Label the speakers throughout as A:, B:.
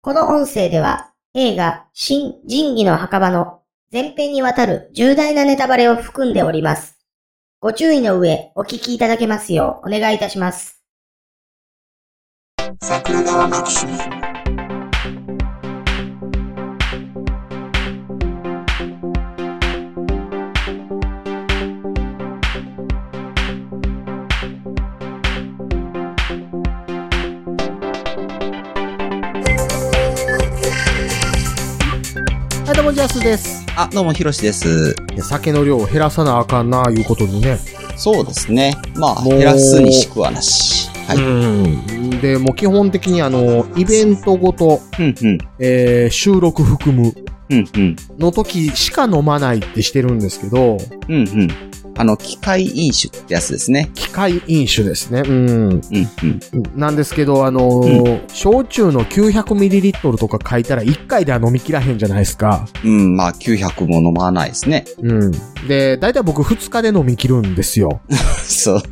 A: この音声では映画新仁義の墓場の前編にわたる重大なネタバレを含んでおります。ご注意の上お聞きいただけますようお願いいたします。
B: 桜川マキシム
C: はい、どうも、ジャスです。
D: あ、どうも、ひろしです。
C: 酒の量を減らさなあかんな、いうことにね。
D: そうですね。まあ、
C: もう
D: 減らすにしくはなし。はい。うん、
C: うん。で、もう基本的にあの、イベントごと、
D: うん、
C: えー収録含む
D: うん、うん、
C: の時しか飲まないってしてるんですけど、
D: うん、うん。あの、機械飲酒ってやつですね。
C: 機械飲酒ですね。う
D: う
C: ん。
D: ん、うん。
C: なんですけど、あのー焼酎の 900ml とか書いたら1回では飲みきらへんじゃないですか。
D: うん、まあ、900も飲まないですね。
C: うん。で、大体僕2日で飲みきるんですよ。
D: そう。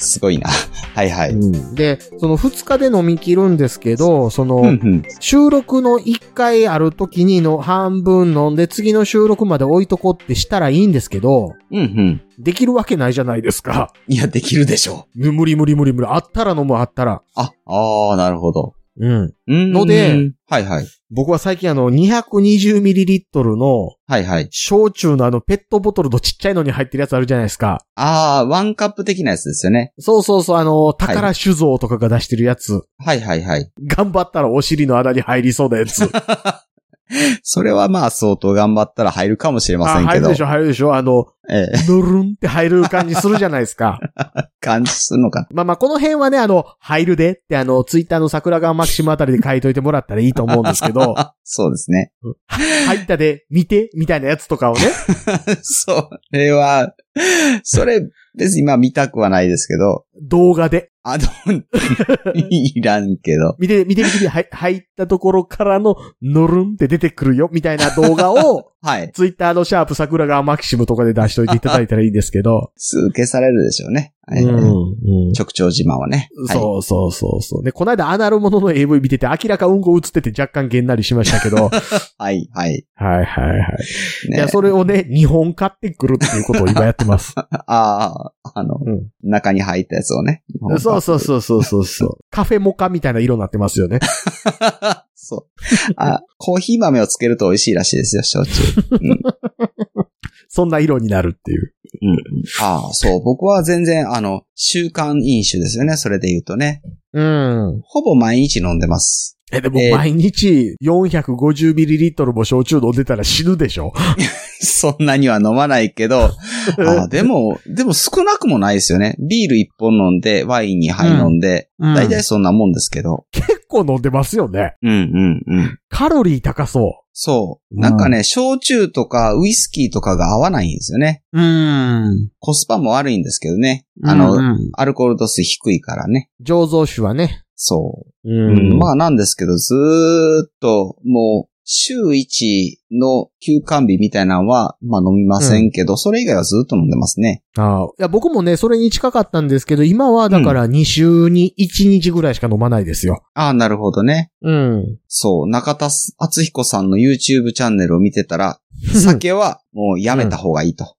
D: すごいな。はいはい。
C: うん。で、その2日で飲みきるんですけど、その、
D: うん、うん。
C: 収録の1回ある時にの半分飲んで次の収録まで置いとこうってしたらいいんですけど、
D: うん、うん。
C: できるわけないじゃないですか。
D: いや、できるでしょう。
C: ぬ無理無理無理無理。あったら飲む、あったら。
D: あ、あー、なるほど。
C: うん。
D: うん。
C: ので、
D: はいはい。
C: 僕は最近あの、220ml の
D: はいはい。
C: 焼酎のあの、ペットボトルのちっちゃいのに入ってるやつあるじゃないですか。
D: あー、ワンカップ的なやつですよね。
C: そうそうそう、あの、宝酒造とかが出してるやつ。
D: はいはいはい。
C: 頑張ったらお尻の穴に入りそうなやつ。
D: それはまあ、相当頑張ったら入るかもしれま
C: あ
D: せんけ
C: 入る
D: ど。
C: でしょ、入るでしょ。あの、
D: ええ、
C: ドルンって入る感じするじゃないですか。
D: 感じするのかな。
C: まあまあ、この辺はね、あの、入るでって、あの、ツイッターの桜川マキシムあたりで書いといてもらったらいいと思うんです けど、
D: あそうですね。
C: 入ったで、見て、みたいなやつとかをね。
D: それは、それ、別に今見たくはないですけど、
C: 動画で、
D: あの、いらんけど。、
C: 見て、見て、見て、はい入ったところからの、のるんって出てくるよ、みたいな動画を
D: はい。
C: ツイッターのシャープ桜川マキシムとかで出しといていただいたらいいんですけど。
D: すぐ消されるでしょうね。えー
C: うん
D: 直腸自慢はね。はい。
C: そうそうそうそう。で、この間アナルものの AV 見てて、明らかうんこ映ってて若干げんなりしましたけ ど。はい
D: はい、はい。
C: はいはい。い
D: ね
C: や、、それをね、2本買ってくるっていうことを今やっ てます。
D: ああ、あの、
C: うん
D: 中に入ったやつをね。
C: そうそうそうそうそうそう。カフェモカみたいな色になってますよ ね。
D: そう。あ、コーヒー豆をつけると美味しいらしいですよ、焼酎。
C: そんな色になるっていう。
D: うん。ああ、そう。僕は全然、あの、習慣飲酒ですよね。それで言うとね。
C: うん。
D: ほぼ毎日飲んでます。
C: え、でも
D: えー
C: 毎日 450ml も焼酎飲んでたら死ぬでし ょ。
D: そんなには飲まないけ ど、あーでも、でも少なくもないですよね。ビール一本飲んで、ワイン2杯飲んで、
C: うん
D: 大体そんなもんですけど。
C: 結構飲んでますよね。
D: うんうんうん。
C: カロリー高そ
D: そう。
C: うん
D: なんかね、焼酎とかウイスキーとかが合わないんですよね。
C: う。うん。
D: コスパも悪いんですけどね。あの、アルコール度数低いからね。
C: 醸造酒はね。
D: そうう。うん、まあなんですけど、ずーっと、もう、週1の休館日みたいなのは、まあ飲みませんけど、それ以外はずーっと飲んでますね。
C: ああいや、僕もね、それに近かったんですけど、今はだから2週に1日ぐらいしか飲まないですよ。
D: ああ、なるほどね。
C: うん。
D: そう、中田敦彦さんの YouTube チャンネルを見てたら、酒はもうやめた方がいい と。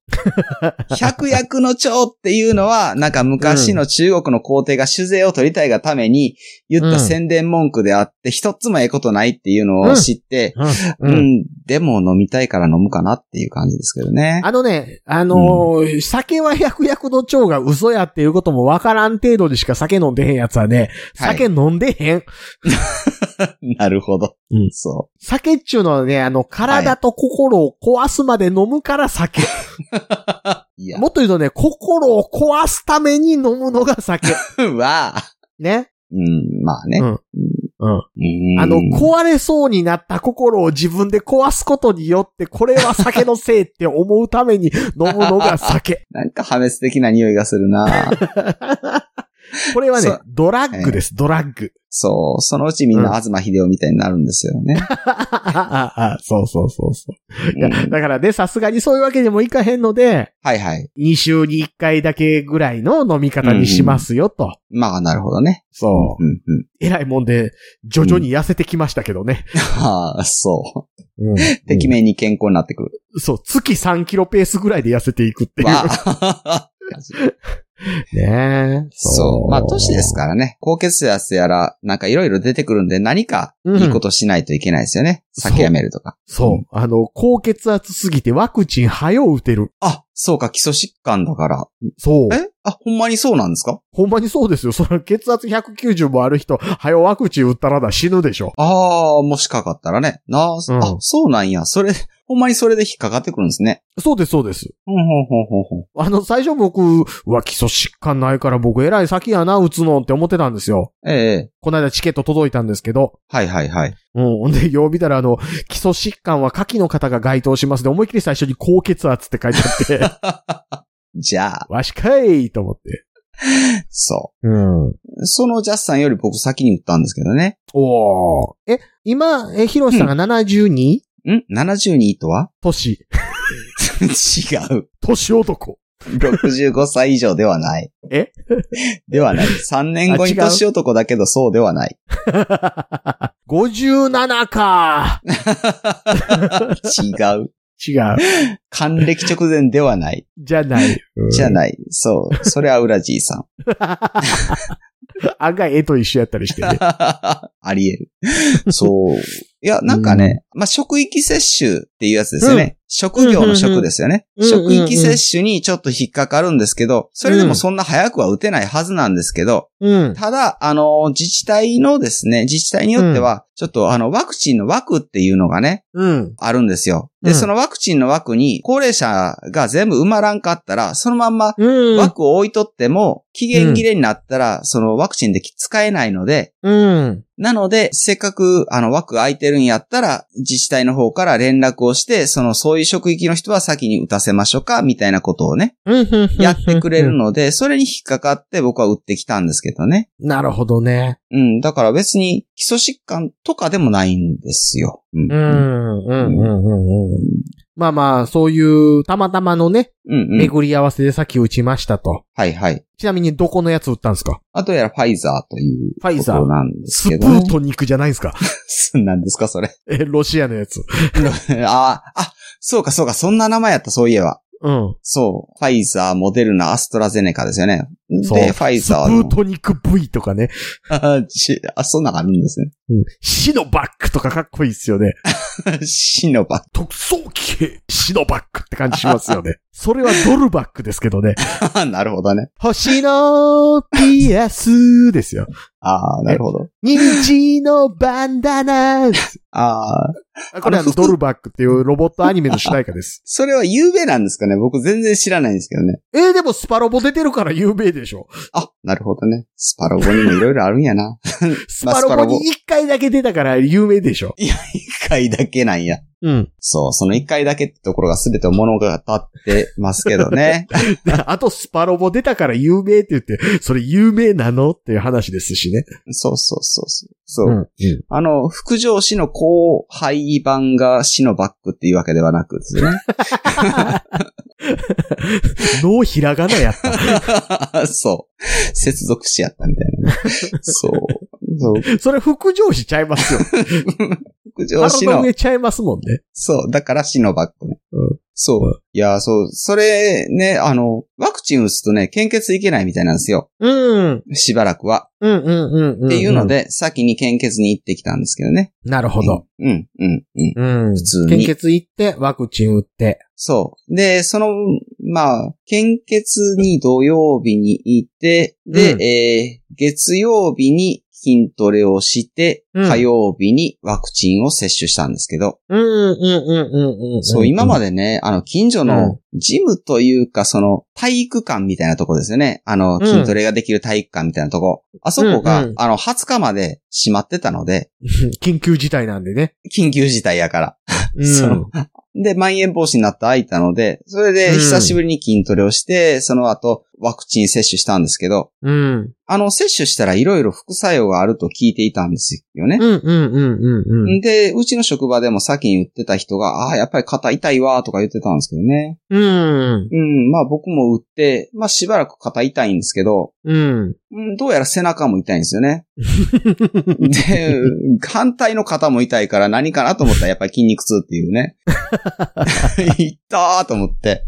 D: 百薬の長っていうのは、なんか昔の中国の皇帝が酒税を取りたいがために言った宣伝文句であって、一つもええことないっていうのを知って、
C: う
D: うん、でも飲みたいから飲むかなっていう感じですけどね。
C: あのね、あのー酒は百薬の長が嘘やっていうこともわからん程度でしか酒飲んでへんやつはね、
D: はい
C: 酒飲んでへん。
D: なるほど。
C: うん
D: そ
C: 酒っちゅうのはね、あの、体と心を壊すまで飲むから酒。
D: う。いや、
C: もっと言うとね、心を壊すために飲むのが酒。
D: は、
C: ね。
D: うん、まあね。
C: うんうん。
D: うん
C: あの、壊れそうになった心を自分で壊すことによって、これは酒のせいって思う ために飲むのが酒。
D: なんか破滅的な匂いがするな
C: これはね
D: そう、
C: ドラッグです、ドラッグ。
D: そう、そのうちみん
C: うん
D: な東秀夫みたいになるんですよ ね。
C: ああああ そうそうそうそう。いや、
D: うん
C: だからね、さすがにそういうわけにもいかへんので、
D: はいはい。
C: 2週に1回だけぐらいの飲み方にしますよと。
D: まあ、なるほどね。
C: そ
D: うんうん。
C: う。えらいもんで、徐々に痩せてきましたけどね。
D: ああ、そ
C: うん。
D: う。てきめんに健康になってくる。
C: そう、月3キロペースぐらいで痩せていくっていう。
D: わ あ
C: ねえ。
D: そう。まあ、年ですからね。高血圧やら、なんかいろいろ出てくるんで、何か
C: うん
D: いいことしないといけないですよね。
C: そう
D: 酒やめるとか。
C: そう。あの、高血圧すぎてワクチン早う打てる。
D: あ、そうか、基礎疾患だから。
C: そう。
D: えあ、ほんまにそうなんですか
C: ほんまにそうですよ。その血圧190もある人、早うワクチン打ったらだ死ぬでしょ。
D: ああ、もしかかったらね。なあ、
C: うん
D: あ、そうなんや。それ、ほんまにそれで引っかかってくるんですね。
C: そうです、そうです。
D: ほんほんほんほんほん。
C: あの、最初僕は基礎疾患ないから僕偉い先やな、打つのって思ってたんですよ。
D: ええ
C: この間チケット届いたんですけど。
D: はいはいはい。
C: うん。ほんで、曜日たらあの、基礎疾患は下記の方が該当しますで、思いっきり最初に高血圧って書いてあ って、
D: じゃあ、
C: わしかいと思って。
D: そ
C: うん。
D: う。そのジャスさんより僕先に打ったんですけどね。
C: おーえ、今、え、ヒロシさんが 72?
D: ん ?72 とは
C: 年。
D: 違う。
C: 年男。
D: 65歳以上ではない。
C: え
D: ではない。3年後
C: あ違
D: に
C: う
D: 年男だけどそうではない。
C: 57か
D: 違う。
C: 違う。
D: 還暦直前ではない。
C: じゃない。
D: じゃ
C: い。
D: ない。そう。それはウラジーさん。
C: 案外絵と一緒やったりし てね。
D: あり得る。そう。いや、なんかね、まあ、職域接種っていうやつですよね。職業の職ですよね。
C: うんうんうん
D: 職域接種にちょっと引っかかるんですけど、それでもそんな早くは打てないはずなんですけど、
C: うん。
D: ただ、あの、自治体のですね、自治体によっては、ちょっとあの、ワクチンの枠っていうのがね、
C: うん。
D: あるんですよ。で、
C: うん
D: そのワクチンの枠に、高齢者が全部埋まらんかったら、そのまんま
C: うん。
D: 枠を置いとっても、期限切れになったら、そのワクチンで使えないので、
C: うん。
D: なので、せっかく、あの、枠空いてるんやったら、自治体の方から連絡をして、その、そういう職域の人は先に打たせましょうか、みたいなことをね、やってくれる。ので、それに引っかかって僕は打ってきたんですけどね。
C: なるほどね。
D: うん、だから別に基礎疾患とかでもないんですよ。うん。うん、
C: うん。うん。うん。うん。うんまあまあ、そういう、たまたまのね、
D: うん、
C: 巡り合わせでさっき打ちましたと。
D: はいはい。
C: ちなみに、どこのやつ打ったんですか
D: あとやら、ファイザーという
C: ファイ
D: こ
C: ザー
D: と。なんです
C: スプ
D: けど、
C: ートニクじゃないんですか
D: 何ですか、それ。
C: え、ロシアのやつ。
D: ああ、あ、そうかそうか、そんな名前やった、そういえば。
C: うん。
D: そう。ファイザー、モデルナ、アストラゼネカですよね。
C: そう
D: で、ファイ
C: スプ
D: ザーの
C: ー。トニク V とかね。
D: あち あ、そんなんあるんですね。
C: シノバックとかかっこいいっすよね。
D: シノバ。
C: 特装機兵、シノバックって感じしますよね。 それはドルバックですけどね。
D: なるほどね。
C: 星のピアスですよ。
D: ああ、なるほど。
C: 虹のバンダナ
D: ああ、
C: これは
D: あの
C: ドルバックっていうロボットアニメの主題歌です。
D: それは有名なんですかね僕全然知らないんですけどね。
C: えー、でもスパロボ出てるから有名でしょ。
D: あ、なるほどね。スパロボにもいろいろあるんや な。
C: スパロボに一回だけ出たから有名でしょ。
D: 一回だけなんや。
C: うん。
D: そう、その一回だけってところが全て物語ってますけど ね。
C: で あとスパロボ出たから有名って言って、それ有名なのっていう話ですしね。
D: そうそうそうそう。そう。
C: うん
D: あの、副上司の後輩版がシノバックっていうわけではなくですね。
C: 脳ひらがなやっ た。
D: そう。接続詞やったみたいなね。 そう。そう。
C: それ副上司ちゃいますよ。
D: 副上司
C: 腹の
D: の、
C: 上ちゃいますもんね。
D: そう、だからシノバックね。
C: うん
D: そう。いや、そう、それね、あの、ワクチン打つとね、献血いけないみたいなんですよ。
C: うん。
D: しばらくは。
C: うんうんうんん
D: っていうの。で、先に献血に行ってきたんですけどね。
C: なるほど。
D: うん、うん、うん。
C: うん。
D: 普通に
C: 献血行って、ワクチン打って。
D: そう。で、その、まあ、献血に土曜日に行って、で、
C: うん
D: えー月曜日に筋トレをして、
C: うん
D: 火曜日にワクチンを接種したんですけど、
C: うんうんうんうんうん。
D: そう、今ま
C: で。
D: でね、あの、近所
C: う
D: のジムというか、その、体育館みたいなとこですよね。あの、
C: うん
D: 筋トレができる体育館みたいなとこ。あそこが、
C: うんうん
D: あの、20日まで閉まってたので、
C: 緊急事態なんでね。
D: 緊急事態やから。
C: うん
D: その、で、まん延防止になった空いたので、それで
C: うん
D: 久しぶりに筋トレをして、その後ワクチン接種したんですけど、
C: うん。
D: あの、接種したらいろいろ副作用があると聞いていたんですよね
C: うん、。うん、うん、うん、うん。
D: で、うちの職場でも先に言ってた人が、ああー、やっぱり肩痛いわ、とか言ってたんですけどね。
C: うん、
D: うん、まあ僕も打って、まあしばらく肩痛いんですけど、
C: うん。
D: うん、どうやら背中も痛いんですよ ね。で、反対の肩も痛いから何かなと思ったらやっぱり筋肉痛っていう ね。痛ーと思って。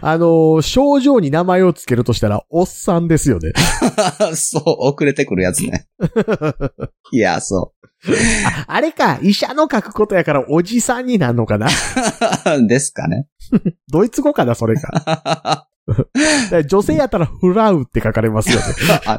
C: あのー症状に名前を付けるとしたら、おっさんですよね。
D: そう、遅れてくるやつね。いや、そ
C: ああれか、医者の書くことやからおじさんになるのかな
D: う。 ですかね。
C: ドイツ語かな、それ か。
D: あ、
C: だから女性やったらフラウって書かれますよね。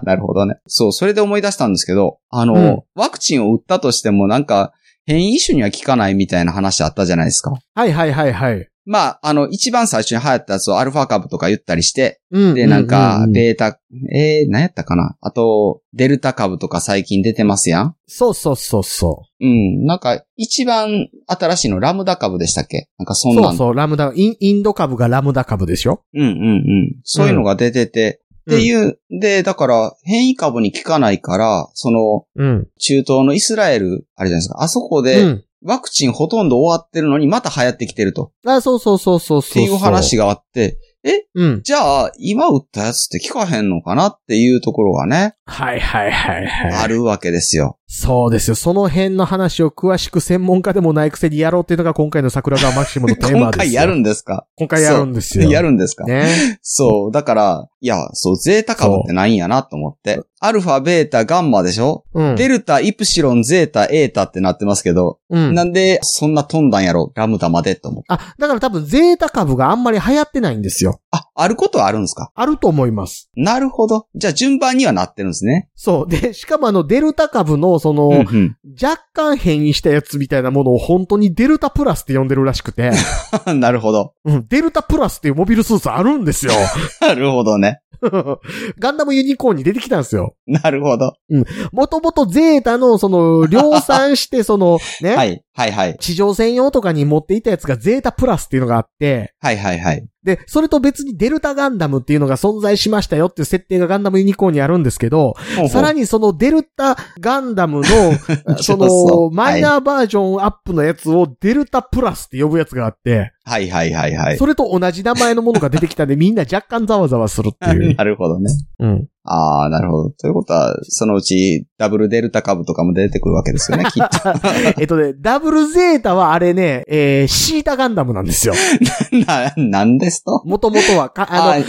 D: なるほどね。そう、それで思い出したんですけど、あの、
C: うん
D: ワクチンを打ったとしてもなんか変異種には効かないみたいな話あったじゃないですか。
C: はいはいはいはい。
D: まあ、あの、一番最初に流行ったやつをアルファ株とか言ったりして、
C: うん
D: で、なんか
C: う、う
D: ベータ、えー、何やったかなあと、デルタ株とか最近出てますやん
C: そうそうそうそ
D: うん。なんか、一番新しいのラムダ株でしたっけなんかそん
C: う。
D: なん
C: そうそう、ラムダ、インインド株がラムダ株でしょ
D: うんうんうん。そういうのが出てて、
C: うん
D: っていう、で、だから、変異株に効かないから、その、
C: うん。
D: 中東のイスラエル、あれじゃないですか、あそこ
C: う
D: で、
C: ん。
D: ワクチンほとんど終わってるのに、また流行ってきてると。
C: あ、そうそうそうそう
D: っ
C: そう
D: ていう話
C: が。
D: があって、
C: うん。
D: じゃあ、今打ったやつって効かへんのかなっていうところがね、
C: はいはいはいは
D: あ
C: い。
D: るわけですよ。
C: そうですよ。その辺の話を詳しく専門家でもないくせにやろうっていうのが今回の桜川マキシムのテーマ
D: 今
C: です
D: 回
C: よ。
D: やるんですか
C: 今回やるんですよ。
D: やるんですか
C: ね。
D: そう。だから、いや、そう、ゼータ株ってないんやなと思って。アルファ、ベータ、ガンマでしょ
C: うん。
D: デルタ、イプシロン、ゼータ、エータってなってますけど、
C: うん。
D: なんで、そんな飛んだんやろラムダまでと思って。
C: あ、だから多分ゼータ株があんまり流行ってないんですよ。
D: あ、あることはあるんですか
C: あると思います。
D: なるほど。じゃあ順番にはなってるんですね。
C: そう。で、 しかもあの、デルタ株の、その、
D: うんうん
C: 若干変異したやつみたいなものを本当にデルタプラスって呼んでるらしく て、
D: なるほど。
C: うん、デルタプラスっていうモビルスーツあるんですよ。
D: なるほどね。
C: ガンダムユニコーンに出てきたんですよ。
D: なるほど。
C: もともとゼータの、その、量産して、その、ね、
D: はい。はいはい。
C: 地上専用とかに持っていたやつがゼータプラスっていうのがあって、
D: はいはいはい。
C: で、それと別にデルタガンダムっていうのが存在しましたよっていう設定がガンダムユニコーンにあるんですけど、さ
D: に、
C: らにそのデルタガンダム の、その、マイ
D: ー。
C: ナーバージョンアップのやつをデルタプラスって呼ぶやつがあって、
D: はいはいはいはい。
C: それと同じ名前のものが出てきたんで、みんな若干ざわざわするっていう。
D: なるほどね。
C: うん。
D: ああ、なるほど。ということは、そのうち、ダブルデルタ株とかも出てくるわけです よね、きっと。
C: えっとね、ダブルゼータはあれね、えー、シータガンダムなんですよ。
D: な、なんですと
C: もともとは、か、あの、
D: ー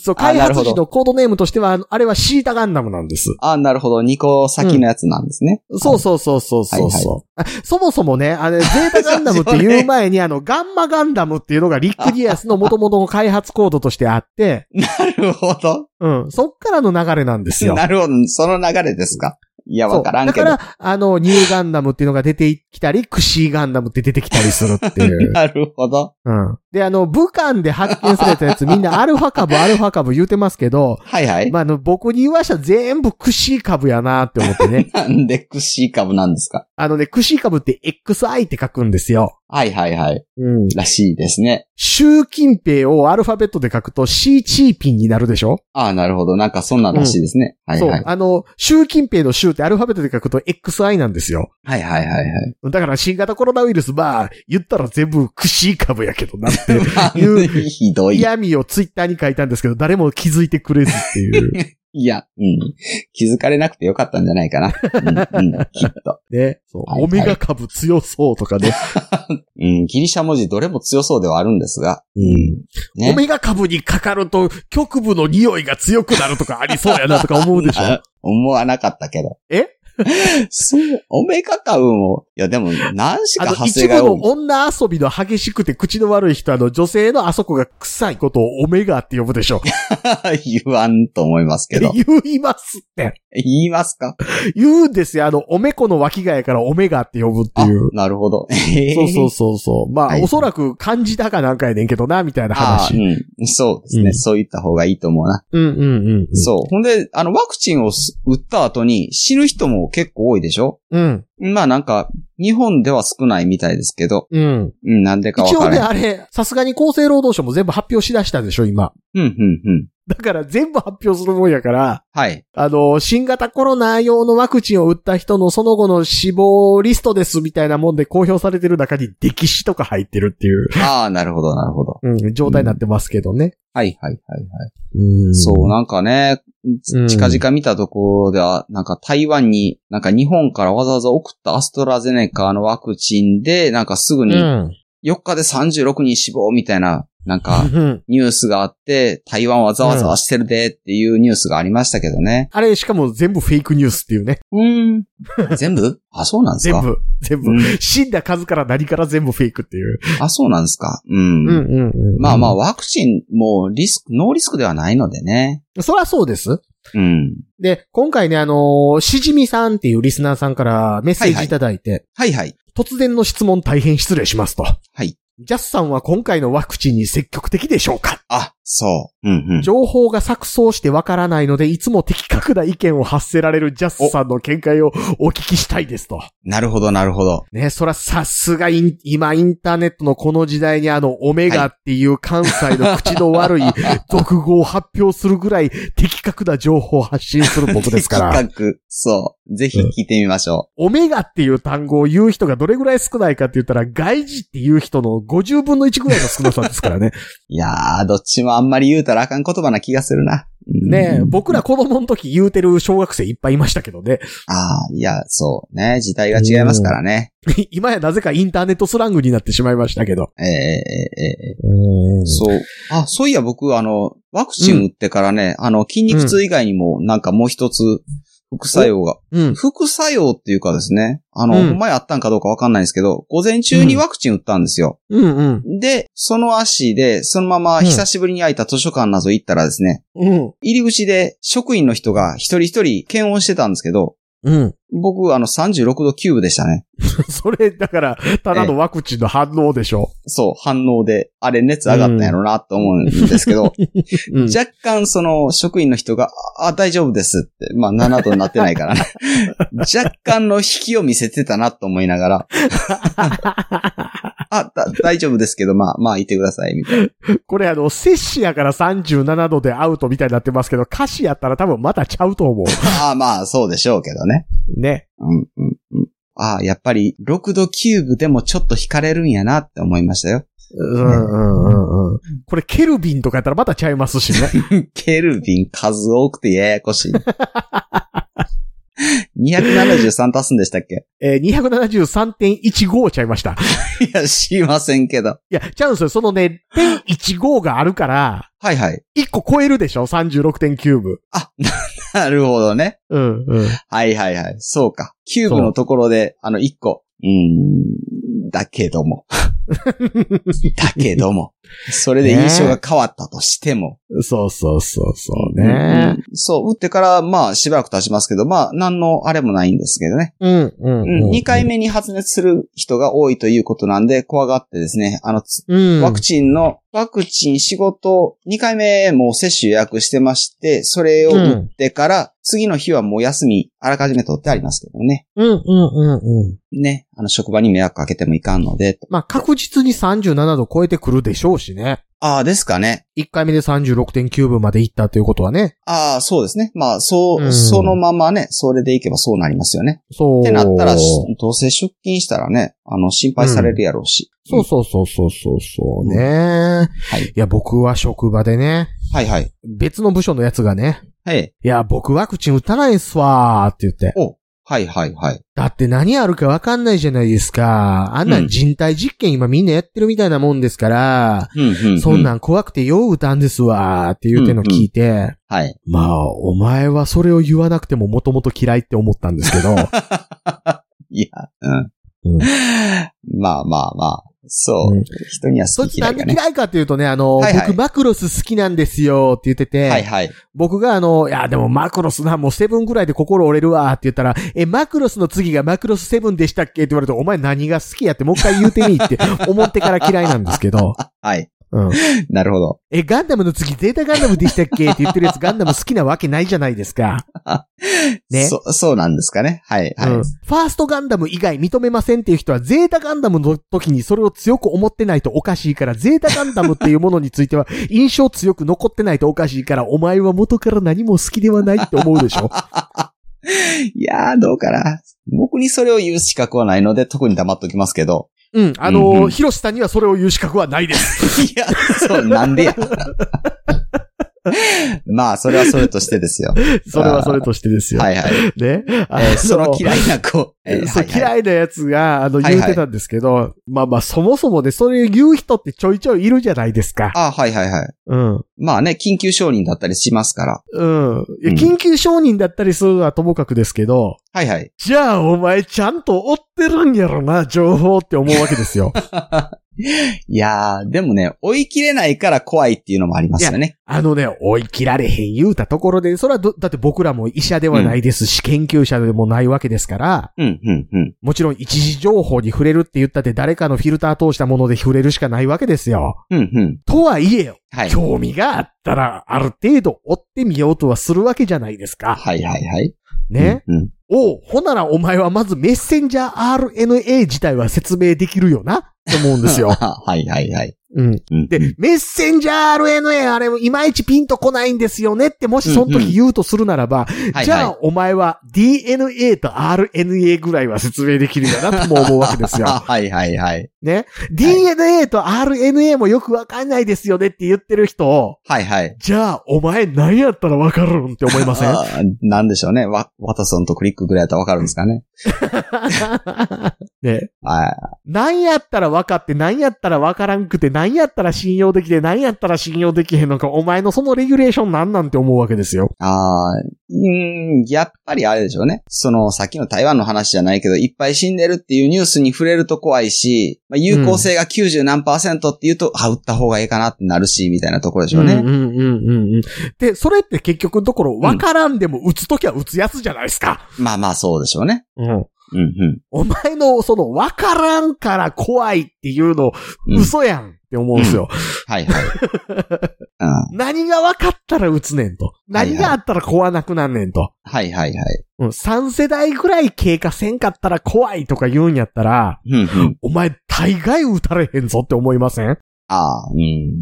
C: そう、
D: あ
C: 開
D: なる
C: 発
D: ほど
C: 時のコードネームとしては、あのあれはシータガンダムなんです。
D: あー、なるほど。2個先のやつなんですね。
C: そうそうそうそうそうそう、あそもそもね、あれ、ゼータガンダムって言う前に、あの、ガンマガンダムっていうのがリック・ディアスの元々の開発コードとしてあって、
D: なるほど。
C: うん、そっからの流れなんですよ。
D: なるほど。その流れですか。いや、
C: そ
D: わ
C: う
D: からん
C: だ
D: け
C: か
D: ど。
C: ら、あの、ニューガンダムっていうのが出てきたり、クシーガンダムって出てきたりするっていう。
D: なるほど。
C: うん。で、あの、武漢で発見されたやつ、みんなアルファ 株、アルファ株言うてますけど、
D: はいはい。
C: まあ、あの、僕に言わしたら全部クシー株やなって思っ てね。
D: なんでクシー株なんですか。
C: あのね、クシー株って XI って書くんですよ。
D: はいはいはい。
C: うん。
D: らしいですね。
C: 習近平をアルファベットで書くと C チーピンになるでしょ、
D: ああ、なるほど。なんかそんなんらしいですね。はいは
C: そう
D: い。。
C: あの、習近平の習ってアルファベットで書くと XI なんですよ。
D: はいはいはいはい。
C: だから新型コロナウイルス、まあ、言ったら全部クシー株やけどなっ て。
D: まあひどい。いや、
C: 嫌味をツイッターに書いたんですけど、誰も気づいてくれずっていう。
D: うん。気づかれなくてよかったんじゃないかな。うん、うん、きっと。
C: ね。そう
D: はいはい
C: オメガ株強そうとかね。
D: うん、ギリシャ文字どれも強そうではあるんですが。うん。
C: オ
D: ね。
C: メガ株にかかると、局部の匂いが強くなるとかありそうやなとか思うでしょ
D: あ思わなかったけど。
C: え
D: そう、オメガ株も、いやでも、何し
C: あ
D: か
C: の、
D: 派
C: 一
D: 生
C: 部
D: が
C: の
D: 多い。
C: 女遊びの激しくて口の悪い人、あの、女性のあそこが臭いことをオメガって呼ぶでしょ。
D: 言わんと思いますけど。
C: 言いますって。
D: 言いますか
C: 言うんですよ。あの、おめこの脇がやからオメガって呼ぶって
D: あ
C: いう、。
D: なるほど。
C: そうそうそうそう。まあ、
D: はい
C: おそらく漢字だかなんかやねんけどな、みたいな
D: ああ、
C: 話。
D: うん。そうですね。
C: うん
D: そう言った方がいいと思うな。
C: うんうんうん。
D: そう。ほんで、あの、ワクチンをす打った後に死ぬ人もも結構多いでしょ
C: うん。
D: まあなんか、日本では少ないみたいですけど、
C: うん。
D: うん、なんでかわ
C: 一応
D: から
C: ね、
D: ない。
C: あれ、さすがに厚生労働省も全部発表しだしたでしょ、今。
D: うん、うん、うん。
C: だから全部発表するもんやから、
D: はい。
C: あの、新型コロナ用のワクチンを打った人のその後の死亡リストですみたいなもんで公表されてる中に歴史とか入ってるっていう、
D: ああ、なるほど、なるほど。
C: うん、状態になってますけどね。
D: はい、はい、はい、はい。
C: うん
D: そう、なんかね、
C: うん
D: ち近々見たところでは、なんか台湾に、なんか日本からわざわざ送ったアストラゼネカのワクチンで、なんかすぐ
C: う
D: に
C: ん。
D: 4日で36人死亡みたいな、なん か
C: うん
D: ニュースがあって、台湾わざわざわしてるでっていうニュースがありましたけどね。
C: あれ、しかも全部フェイクニュースっていうね。
D: うん。全部あ、そうなんですか
C: 全。部、全部
D: うん。
C: 死んだ数から何から全部フェイクっていう。
D: あ、そうなんですか。うん。
C: んう
D: まあまあ、ワクチンもリスク、ノーリスクではないのでね。
C: あ。そらそうです。
D: うん。
C: で、今回ね、あのーしじみさんっていうリスナーさんからメッセージいただいて、
D: はいはい。
C: 突然の質問大変失礼しますと。
D: はい。
C: ジャスさんは今回のワクチンに積極的でしょうか
D: あ、そう。うんうん。
C: 情報が錯綜してわからないので、いつも的確な意見を発せられるジャスさんの見解をお聞きしたいですと。
D: なるほど、なるほど。
C: ね、そらさすがイン今インターネットのこの時代にあの、オメガっていう関西の口 の悪い俗語を発表するぐらい的確な情報を発信する僕ですから、
D: 的確。そう。ぜひ聞いてみましょ
C: オメガっていう単語を言う人がどれぐらい少ないかって言ったら、外事っていう人の50分の1ぐらいの少なさですからね。
D: う。いやー、どっちもあんまり言うたらあかん言葉な気がするな。うん
C: ねえ、僕ら子供の時言うてる小学生いっぱいいましたけどね。
D: あー、いや、そうね。時代が違いますからね。
C: 今やなぜかインターネットスラングになってしまいましたけど。
D: えーえーえーえーそう。あ、そういや、僕、あの、ワクチン打ってからね、あの、筋肉痛以外にも、なんかもう一つ、副作用が、
C: うん。
D: 副作用っていうかですね、あ
C: う
D: の、
C: ん
D: ほんまやあったんかどうかわかんないですけど、午前中に
C: うん
D: ワクチン打ったんですよ。
C: うんうん。
D: で、その足で、そのまま久しぶりに開いた図書館など行ったらですね、
C: うん。
D: 入り口で職員の人が一人一人検温してたんですけど、
C: うん。
D: 僕、あの、36度9分でしたね。
C: それ、だから、ただのワクチンの反応でしょ。
D: そう、反応で、あれ、熱上がったんやろな、と思うんですけど、
C: うん
D: 若干、その、職員の人が、あ、大丈夫ですって、まあ、7度になってない からね。若干の引きを見せてたな、と思いなが ら、あ、だ大丈夫ですけど、まあ、まあ、いてください、みたいな。
C: これあの、摂氏やから37度でアウトみたいになってますけど、歌詞やったら多分またちゃうと思
D: ああ、まあ、そうでしょうけどね。
C: う。 ね。
D: うん、うん、うん。ああ、やっぱり、6度9分でもちょっと惹かれるんやな、って思いま したよ。
C: うんうんうんうん。これ、ケルビンとかやったらまたちゃいますし ね。
D: ケルビン数多くてややこしい。273足すんでしたっけ
C: えー、273.15ちゃいました。
D: いや、知りませんけど。
C: いや、ちゃうんですよ。そのね、0.15があるから、
D: はいはい。
C: 1個超えるでしょ ?36.9 分。
D: なるほどね。
C: うんうん。
D: はいはいはい。そうか。キューブのところで、あの、1個。うーん、だけども。だけども。それで印象が変わったとしても。
C: そうそうそうそ
D: う
C: う
D: ん
C: ね。
D: そう、打ってから、まあ、しばらく経ちますけど、まあ、何のあれもないんですけどね。
C: うんうん
D: うん、2回
C: 目。
D: 目に発熱する人が多いということなんで、怖がってですね、あの、つ
C: うん。
D: ワクチンの、ワクチン仕事、2回目もう接種予約してまして、それを打ってから、次の日はもう休み、あらかじめ取ってありますけどね。
C: うんうんうんうん。
D: ね。あの、職場に迷惑かけてもいかんので、と。
C: まあ、確実に37度超えてくるでしょうしね。
D: ああ、ですかね。
C: 1回目で36.9分まで行ったということはね。
D: ああ、そうですね。まあ、そう、
C: うん
D: そのままね、それでいけばそうなりますよね。
C: そう。
D: ってなったら、どうせ出勤したらね、あの、心配されるやろうし。
C: そうそうそうそうそうそうね。
D: い
C: いや、僕は職場でね、
D: はいはい。
C: 別の部署のやつがね、
D: はい。
C: いや、僕ワクチン打たないっすわーって言って。
D: お、はいはいはい。
C: だって何あるかわかんないじゃないですか。あんな
D: うんん
C: 人体実験今みんなやってるみたいなもんですから、
D: うんうん、うん。
C: そんなん怖くてよう打たんですわーって言うてんの聞いて、
D: はい。
C: まあ、お前はそれを言わなくてももともと嫌いって思ったんですけど、
D: いや、うん。
C: うん
D: まあまあまあ、 そう。
C: うん
D: 人には
C: そ
D: 好
C: い
D: き
C: つ
D: 嫌
C: なん
D: い
C: で
D: がね。
C: 嫌いかっていうとね、あの、
D: はいはい
C: 僕マクロス好きなんですよって言ってて、
D: はいはい。
C: 僕があの、いや、でもマクロスな、もうセブンぐらいで心折れるわって言ったら、え、マクロスの次がマクロスセブン でしたっけって言われて、お前何が好きやってもう一回言うてみって思ってから嫌いなんですけど、
D: はい。
C: うん。
D: なるほど。
C: え、ガンダムの次、ゼータガンダムでしたっけって言ってるやつ、ガンダム好きなわけないじゃないですか。ね
D: そ、そうなんですかね。はい、はい。
C: うん。ファーストガンダム以外認めませんっていう人は、ゼータガンダムの時にそれを強く思ってないとおかしいから、ゼータガンダムっていうものについては、印象強く残ってないとおかしいから、お前は元から何も好きではないって思うでしょ
D: いやー、どうかな。僕にそれを言う資格はないので、特に黙っときますけど。
C: うん。あ
D: うんう
C: の、
D: ん
C: ヒロシさんにはそれを言う資格はないです。
D: いや、そう、なんでや。 まあ、それはそれとしてですよ。は
C: それはそれとしてですよ。
D: いはい。
C: ね。あ
D: えーその嫌
C: い。
D: いな子。えー
C: そう、
D: はいはい
C: 嫌いなやつが、あの、
D: はいはい
C: 言うてたんですけど、まあまあ、そもそもね、それ言う人ってちょいちょいいるじゃないですか。
D: あ、はいはいはい。
C: うん。
D: まあね、緊急承認だったりしますから。
C: うん。いや
D: うん
C: 緊急承認だったりするのはともかくですけど、
D: はいはい。
C: じゃあお前ちゃんと追ってるんやろな、情報って思うわけですよ。
D: いやー、でもね、追い切れないから怖いっていうのもありますよね。
C: あのね、追い切られへん言うたところで、それはど、だって僕らも医者ではないですし、研究者でもないわけですから、
D: うん、うん、うん。
C: もちろん一時情報に触れるって言ったって誰かのフィルター通したもので触れるしかないわけですよ。
D: うん、うん。
C: とはいえ、
D: はい。はい
C: 興味があったら、ある程度追ってみようとはするわけじゃないですか。
D: はいはい。
C: ね。
D: うんうん。
C: おうほならお前はまずメッセンジャー RNA 自体は説明できるよなと思うんです よ。
D: はいはいはい。
C: うん。
D: うん
C: で、メッセンジャー RNA あれいまいちピンとこないんですよねってもしその時言うとするならば、
D: はい
C: じゃ
D: は
C: あお前は DNA と RNA ぐらいは説明できるよなとも思うわけです
D: い。
C: よ。
D: はいはいはい。
C: ね。DNA と RNA もよくわかんないですよねって言ってる人を、
D: はいはい。
C: じゃあお前何やったらわかるんって思いません
D: あーなんでしょうね。ワワタソンとクリックぐらいだったらわかるんですか ね。
C: ね。
D: はい。
C: 何やったら分かって、何やったら分からんくて、何やったら信用できて、何やったら信用できへんのか、お前のそのレギュレーションなんなんて思うわけですよ。
D: ああ、うーん、やっぱりあれでしょうね。その、さっきの台湾の話じゃないけど、いっぱい死んでるっていうニュースに触れると怖いし、まあ、有効性が90何パーセントっていうと、あ、打った方がいいかなってなるし、みたいなところでしょうね。
C: うんうんうんうんうん。で、それって結局のところ、分からんでも打つときは打つやつじゃないですか。
D: まあまあ、そうでしょうね。
C: うん。
D: うん、うん。
C: お前のその分からんから怖いっていうの、
D: うん
C: 嘘やんって思うんですよ。
D: はい はい。うん、
C: 何が分かったら打つねんと。
D: はいはい
C: 何があったら怖なくなんねんと。
D: はいはいはい。
C: うん、3世代ぐらい経過せんかったら怖いとか言うんやったら、
D: うん、うん。
C: お前、大概打たれへんぞって思いません
D: ああ、うん。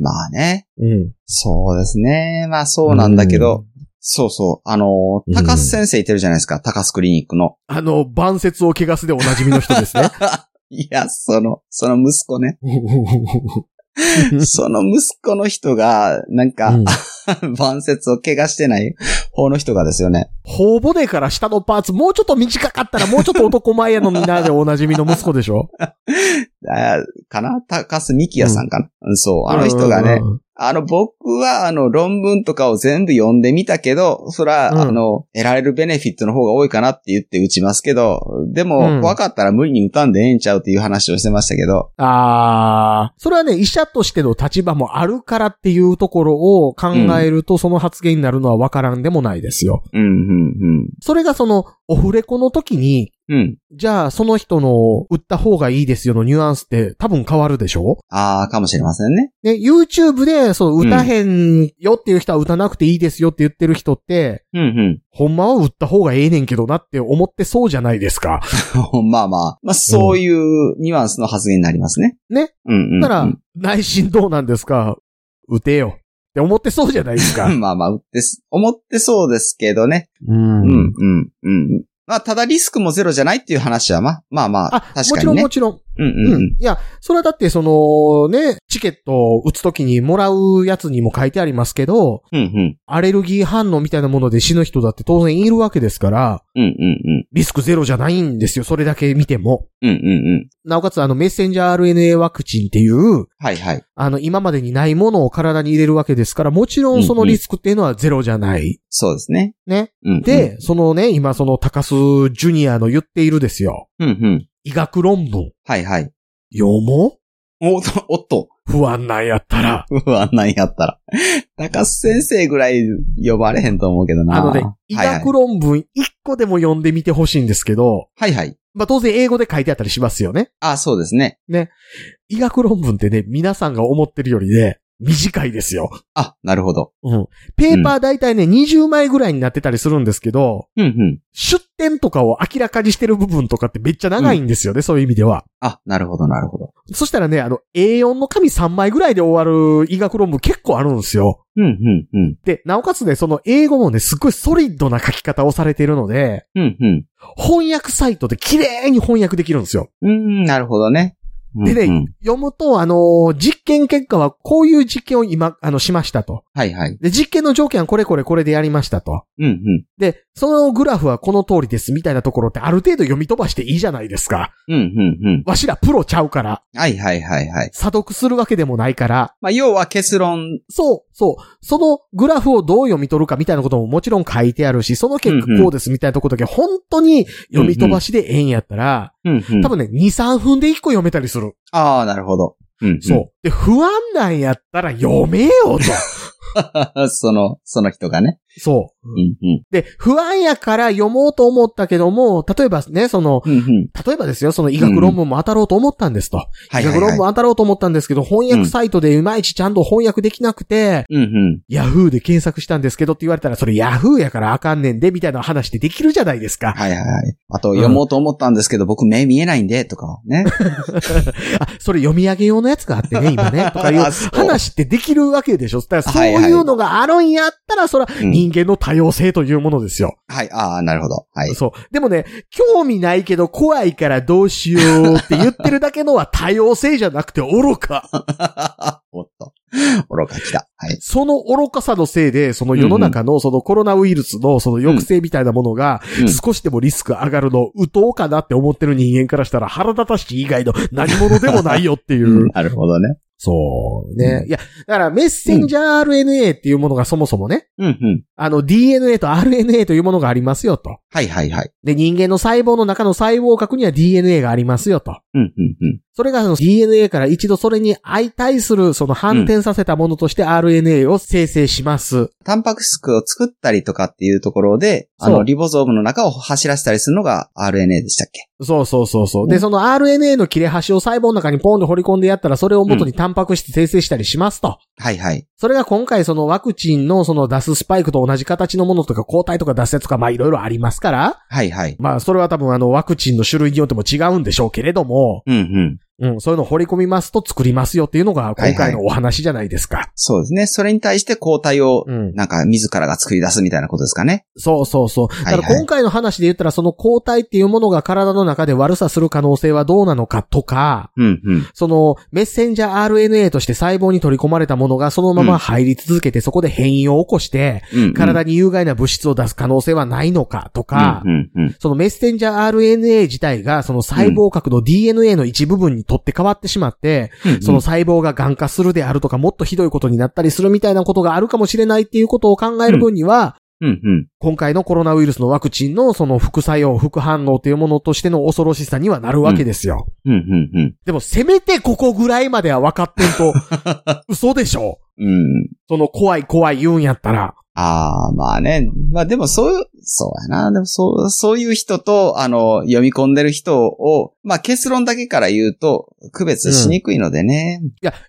D: まあね。
C: うん。
D: そうですね。まあそうなんだけど、そうそう。あの
C: う
D: ー、
C: ん
D: 高須先生いてるじゃないですか。高須クリニックの。
C: あの、晩節を汚すでおなじみの人です ね。
D: いや、その、その息子ね。その息子の人が、なんか、
C: うん
D: 晩節を怪我してない方の人がですよね。
C: 頬骨から下のパーツ、もうちょっと短かったらもうちょっと男前やのになでおなじみの息子でしょ
D: あーかな高須幹也さんかな、うんそう、あの人がね。。あの、僕は、あの、論文とかを全部読んでみたけど、そら、
C: うん
D: あの、得られるベネフィットの方が多いかなって言って打ちますけど、でも、
C: うん
D: 怖かったら無理に打たんでええんちゃうっていう話をしてましたけど、
C: あーそれはね、医者としての立場もあるからっていうところを考えると、その発言になるのはわからんでもないですよ。
D: うん、うん、
C: それがその、オフレコの時に、
D: うん。うん。
C: じゃあ、その人の売った方がいいですよのニュアンスって多分変わるでしょ
D: ああ、かもしれませんね。
C: ね、YouTube で、そう、歌へんよっていう人は歌なくていいですよって言ってる人って、
D: うん、うん。
C: ほんまは売った方がええねんけどなって思ってそうじゃないですか。
D: まあまあ、まあ、そういうニュアンスの発言になりますね。
C: ね。
D: うん、うんうん。
C: だから、内心どうなんですか打てよって思ってそうじゃないですか。
D: まあまあ、です。思ってそうですけどね。
C: う
D: うん
C: ん。、
D: うん、うん。まあ、ただリスクもゼロじゃないっていう話は、まあ、まあまあ
C: あ、、
D: 確
C: も
D: かに
C: ちろん
D: ね
C: も。ちろん。
D: うん、うん、
C: う
D: うんん。。
C: いや、それはだって、その、ね、チケットを打つときにもらうやつにも書いてありますけど、
D: うん、うん。
C: アレルギー反応みたいなもので死ぬ人だって当然いるわけですから、
D: うん、うん、
C: リスクゼロじゃないんですよ。それだけ見ても。
D: うん。うん、うん、うん。
C: なおかつ、あの、メッセンジャー RNA ワクチンっていう、
D: はい、はい。
C: あの、今までにないものを体に入れるわけですから、もちろんそのリスクっていうのはゼロじゃない。
D: そうですね。
C: ね。
D: うん。
C: で、そのね、今その高須ジュニアの言っているですよ。
D: うん、うん、うん。
C: 医学論文、
D: はい、はい。
C: 読も
D: おっと、おっと、
C: う不安なんやったら。
D: うわ、なんやったら。高須先生ぐらい呼ばれへんと思うけどな。
C: あのね
D: は、
C: 医
D: いはい
C: 学論文一個でも読んでみてほしいんですけど、
D: はいはい。
C: まあ当然英語で書いてあったりしますよね。
D: あ、そうですね。
C: 医学論文ってね、皆さんが思ってるよりね、短いですよ。
D: あ、なるほど。
C: うん。ペーパー大体ね、20枚ぐらいになってたりするんですけど、
D: うんうん。
C: 出典とかを明らかにしてる部分とかってめっちゃ長いんですよね、そういう意味では。
D: あ、なるほど、なるほど。
C: そしたらね、あの、A4 の紙3枚ぐらいで終わる医学論文結構あるんですよ。
D: うんうんうん。
C: で、なおかつね、その英語もね、すっごいソリッドな書き方をされているので、
D: うんうん。
C: 翻訳サイトで綺麗に翻訳できるんですよ。
D: うん、なるほどね。
C: でね
D: うんうん
C: 読むと、あのー実験結果はこういう実験を今、あの、しましたと。
D: はいはい。
C: で、実験の条件はこれこれこれでやりましたと。
D: うんうん。
C: で、そのグラフはこの通りですみたいなところってある程度読み飛ばしていいじゃないですか。
D: うんうんうん。
C: わしらプロちゃうから、
D: はいはいはいはい。
C: 査読するわけでもないから、
D: まあ、要は結論。
C: そう、そう。そのグラフをどう読み取るかみたいなことももちろん書いてあるし、その結
D: うんう
C: 果
D: ん
C: こうですみたいなところだけ本当に読み飛ばしでええんやったら、
D: うんう
C: 多分ね、2、3分で1個読めたりする。
D: ああ、なるほど。うん、うん。
C: そう。で、不安なんやったら読めよと。
D: その、その人がね。
C: そう
D: う。んうん。
C: で、不安やから読もうと思ったけども、例えばね、その、
D: うんうん。
C: 例えばですよ、その医学論文も当たろうと思ったんですと。
D: はい
C: 医
D: はい、
C: 学論
D: はい。
C: 文当たろうと思ったんですけど、翻訳サイトでいまいちちゃんと翻訳できなくて、
D: うんうん。
C: ヤフーで検索したんですけどって言われたら、それヤフーやからあかんねんで、みたいな話ってできるじゃないです か。
D: はいはいはい。あと、読もうと思ったんですけど、僕目見えないんで、とかね。
C: あ、それ読み上げ用のやつがあってね、今ね、とかい う
D: あそう
C: 話ってできるわけでしょ。だからそう
D: はいはい
C: いうのがあるんやったら、そら
D: うん
C: 人間の多様性というものですよ。
D: はい、ああ、なるほど。はい。
C: そう。でもね、興味ないけど怖いからどうしようって言ってるだけのは多様性じゃなくて愚か。
D: おっと。愚か来た。はい。
C: その愚かさのせいで、その世の中のそのコロナウイルスのその抑制みたいなものが、
D: うん
C: 少しでもリスク上がるの、うとうかなって思ってる人間からしたら腹立たしい以外の何者でもないよっていう。
D: なるほどね。
C: そうね。いや、だからメッセンジャー RNA っていうものがそもそもね、
D: うんうん。
C: あの DNA と RNA というものがありますよと。
D: はいはいはい。
C: で、人間の細胞の中の細胞核には DNA がありますよと。
D: うんうんうん。
C: それがその DNA から一度それに相対する、その反転させたものとして RNA を生成します。
D: タンパク質を作ったりとかっていうところで、あの、
C: そう
D: リボゾームの中を走らせたりするのが RNA でしたっけ
C: そうそうそうそう。
D: う
C: で、
D: ん
C: その RNA の切れ端を細胞の中にポンと掘り込んでやったら、それを元にタンパク質生成したりしますと。
D: はいはい。
C: それが今回そのワクチンのその出すスパイクと同じ形のものとか抗体とか脱せとかまあいろいろありますから、
D: はいはい。
C: まあそれは多分あのワクチンの種類によっても違うんでしょうけれども、
D: うんうん。
C: うん、そういうのを掘り込みますと作りますよっていうのが今回のお話じゃないですか。
D: そうですね。それに対して抗体を、
C: うん。
D: なんか自らが作り出すみたいなことですかね。
C: そうそうそう。
D: いは
C: だ
D: い
C: から今回の話で言ったらその抗体っていうものが体の中で悪さする可能性はどうなのかとか、
D: うんうん。
C: そのメッセンジャー RNA として細胞に取り込まれたものがそのまま入り続けてそこで変異を起こして、
D: うんうん、
C: 体に有害な物質を出す可能性はないのかとか、
D: うんうんうん。
C: そのメッセンジャー RNA 自体がその細胞核の DNA の一部分に取って変わってしまって、その細胞が癌化するであるとか、もっとひどいことになったりするみたいなことがあるかもしれないっていうことを考える分には、
D: うんうん。
C: 今回のコロナウイルスのワクチンのその副作用、副反応というものとしての恐ろしさにはなるわけですよ。
D: うんうんうん。
C: でもせめてここぐらいまでは分かってんと、嘘でしょ
D: うん。
C: その怖い怖い言うんやったら。
D: ああ、まあね。まあでもそういう、そうやな。でもそう、そういう人と、あの、読み込んでる人を、まあ結論だけから言うと、区別しにくいのでね。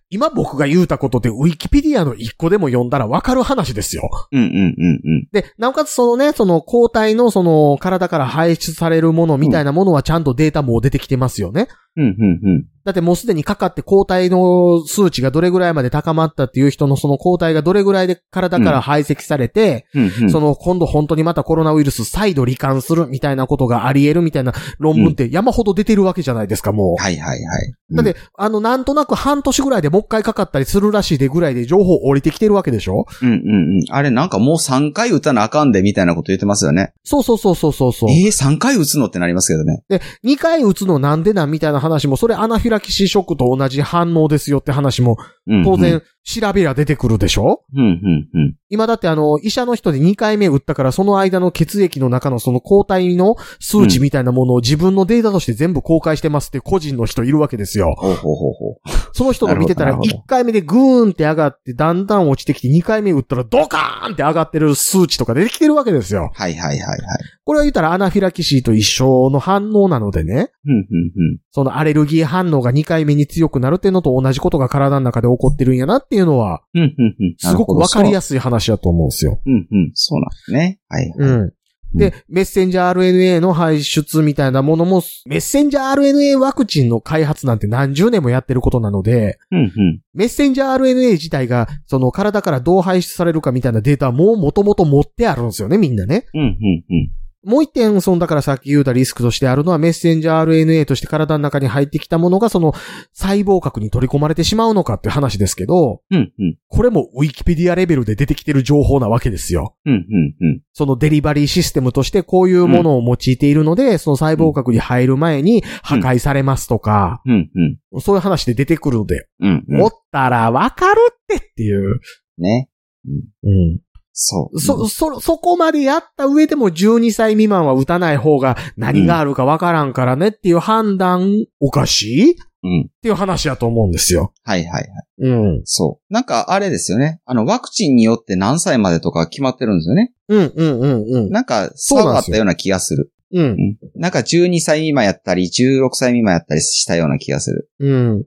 C: 今僕が言うたことで、ウィキペディアの一個でも読んだらわかる話ですよ。
D: うんうんうんうん。
C: で、なおかつそのね、その抗体のその体から排出されるものみたいなものはちゃんとデータも出てきてますよね。
D: うんうんうん。
C: だってもうすでにかかって抗体の数値がどれぐらいまで高まったっていう人のその抗体がどれぐらいで体から排斥されて、
D: うんうん、
C: その今度本当にまたコロナウイルス再度罹患するみたいなことがあり得るみたいな論文って山ほど出てるわけじゃないですか、もう。
D: はいはいはい。
C: だって、あの、なんとなく半年ぐらいでもう一回かかったりするらしいでぐらいで情報降りてきてるわけでしょ
D: うん、うんうんうん。あれなんかもう3回打たなあかんでみたいなこと言ってますよね。
C: そうそうそうそうそうそう。
D: ええー、3回打つのってなりますけどね。
C: で、2回打つのなんでなんみたいな話も、それアナフィラキシーショックと同じ反応ですよって話
D: う
C: も、
D: んうん
C: 当然、調べりゃ出てくるでしょ
D: うん、うん、うん。
C: 今だってあの、医者の人で2回目打ったから、その間の血液の中のその抗体の数値みたいなものを自分のデータとして全部公開してますって個人の人いるわけですよ。
D: ほうほうほうほう。
C: その人が見て
D: な
C: たら、
D: るほどなる
C: 1回目でグーンって上がって、だんだん落ちてきて、2回目打ったらドカーンって上がってる数値とか出てきてるわけですよ。
D: はいはいはいはい。
C: これは言ったらアナフィラキシーと一緒の反応なのでね。
D: うん、うん、うん。
C: そのアレルギー反応が2回目に強くなるっていうのと同じことが体の中で起こってるんやなっていうのは、
D: うん、うん、うん。
C: すごくわかり
D: や
C: やすい話だと思うんですよ。
D: すい。うん、うん。そうなんですね。はい。
C: う。ん。で、メッセンジャー RNA の排出みたいなものも、メッセンジャー RNA ワクチンの開発なんて何十年もやってることなので、
D: うん、うん。
C: メッセンジャー RNA 自体が、その体からどう排出されるかみたいなデータはもう元々持ってあるんですよね、みんなね。
D: うん、うん、うん。
C: もう一点、その、だからさっき言うたリスクとしてあるのは、メッセンジャー RNA として体の中に入ってきたものが、その、細胞核に取り込まれてしまうのかっていう話ですけど、
D: うん、うん。
C: これもウィキペディアレベルで出てきてる情報なわけですよ。
D: うん、うん、うん。
C: そのデリバリーシステムとしてこういうものを用いているので、その細胞核に入る前に破壊されますとか、
D: うん、うん。
C: そういう話で出てくるので、
D: うん、う
C: 持ったらわかるってっていう。
D: ん。ね。
C: うん。
D: そう。
C: そ、そ、そこまでやった上でも12歳未満は打たない方が何があるかわからんからねっていう判断おかしいっ
D: うん。
C: ていう話だと思うんですよ。
D: はいはいはい。
C: うん。
D: そう。なんかあれですよね。あの、ワクチンによって何歳までとか決まってるんですよね。
C: うんうんうんうん。
D: なんか、差
C: そう
D: が
C: な
D: あ
C: ん
D: っ
C: ですよ
D: たような気がする。
C: うん。
D: なんか12歳未満やったり、16歳未満やったりしたような気がする。
C: うん。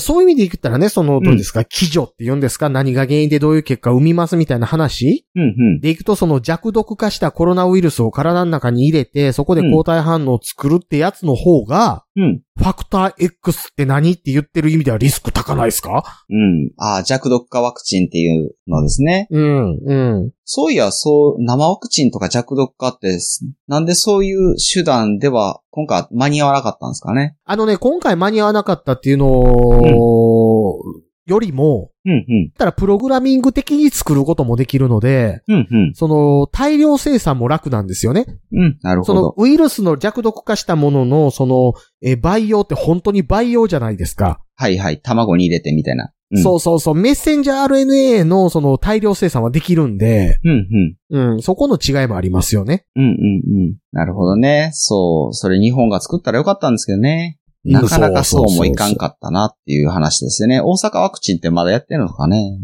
C: そういう意味で言ったらね、その、どうですか、基準って言うんですか何が原因でどういう結果を生みますみたいな話
D: うんうん。
C: でいくと、その弱毒化したコロナウイルスを体の中に入れて、そこで抗体反応を作るってやつの方が、
D: うん。
C: ファクター X って何って言ってる意味ではリスク高ないですか
D: うん。ああ、弱毒化ワクチンっていうのですね。
C: うん、うん。
D: そういや、そう、生ワクチンとか弱毒化ってです、なんでそういう手段では、今回間に合わなかったんですかね。
C: あのね、今回間に合わなかったっていうのを、よりも、
D: うんうん。
C: たらプログラミング的に作ることもできるので、
D: うんうん。
C: その、大量生産も楽なんですよね。
D: うん。なる
C: そ
D: ほ
C: の
D: ど。
C: ウイルスの弱毒化したものの、その、えー培養って本当に培養じゃないですか。
D: はいはい。卵に入れてみたいな。うん、
C: そうそうそう、メッセンジャー RNA のその大量生産はできるんで、
D: うんうん。
C: うん、そこの違いもありますよね。
D: うんうんうん。なるほどね。そう。それ日本が作ったらよかったんですけどね。なかなかそうもいかんかったなっていう話ですよね。大阪ワクチンってまだやってるのか ね。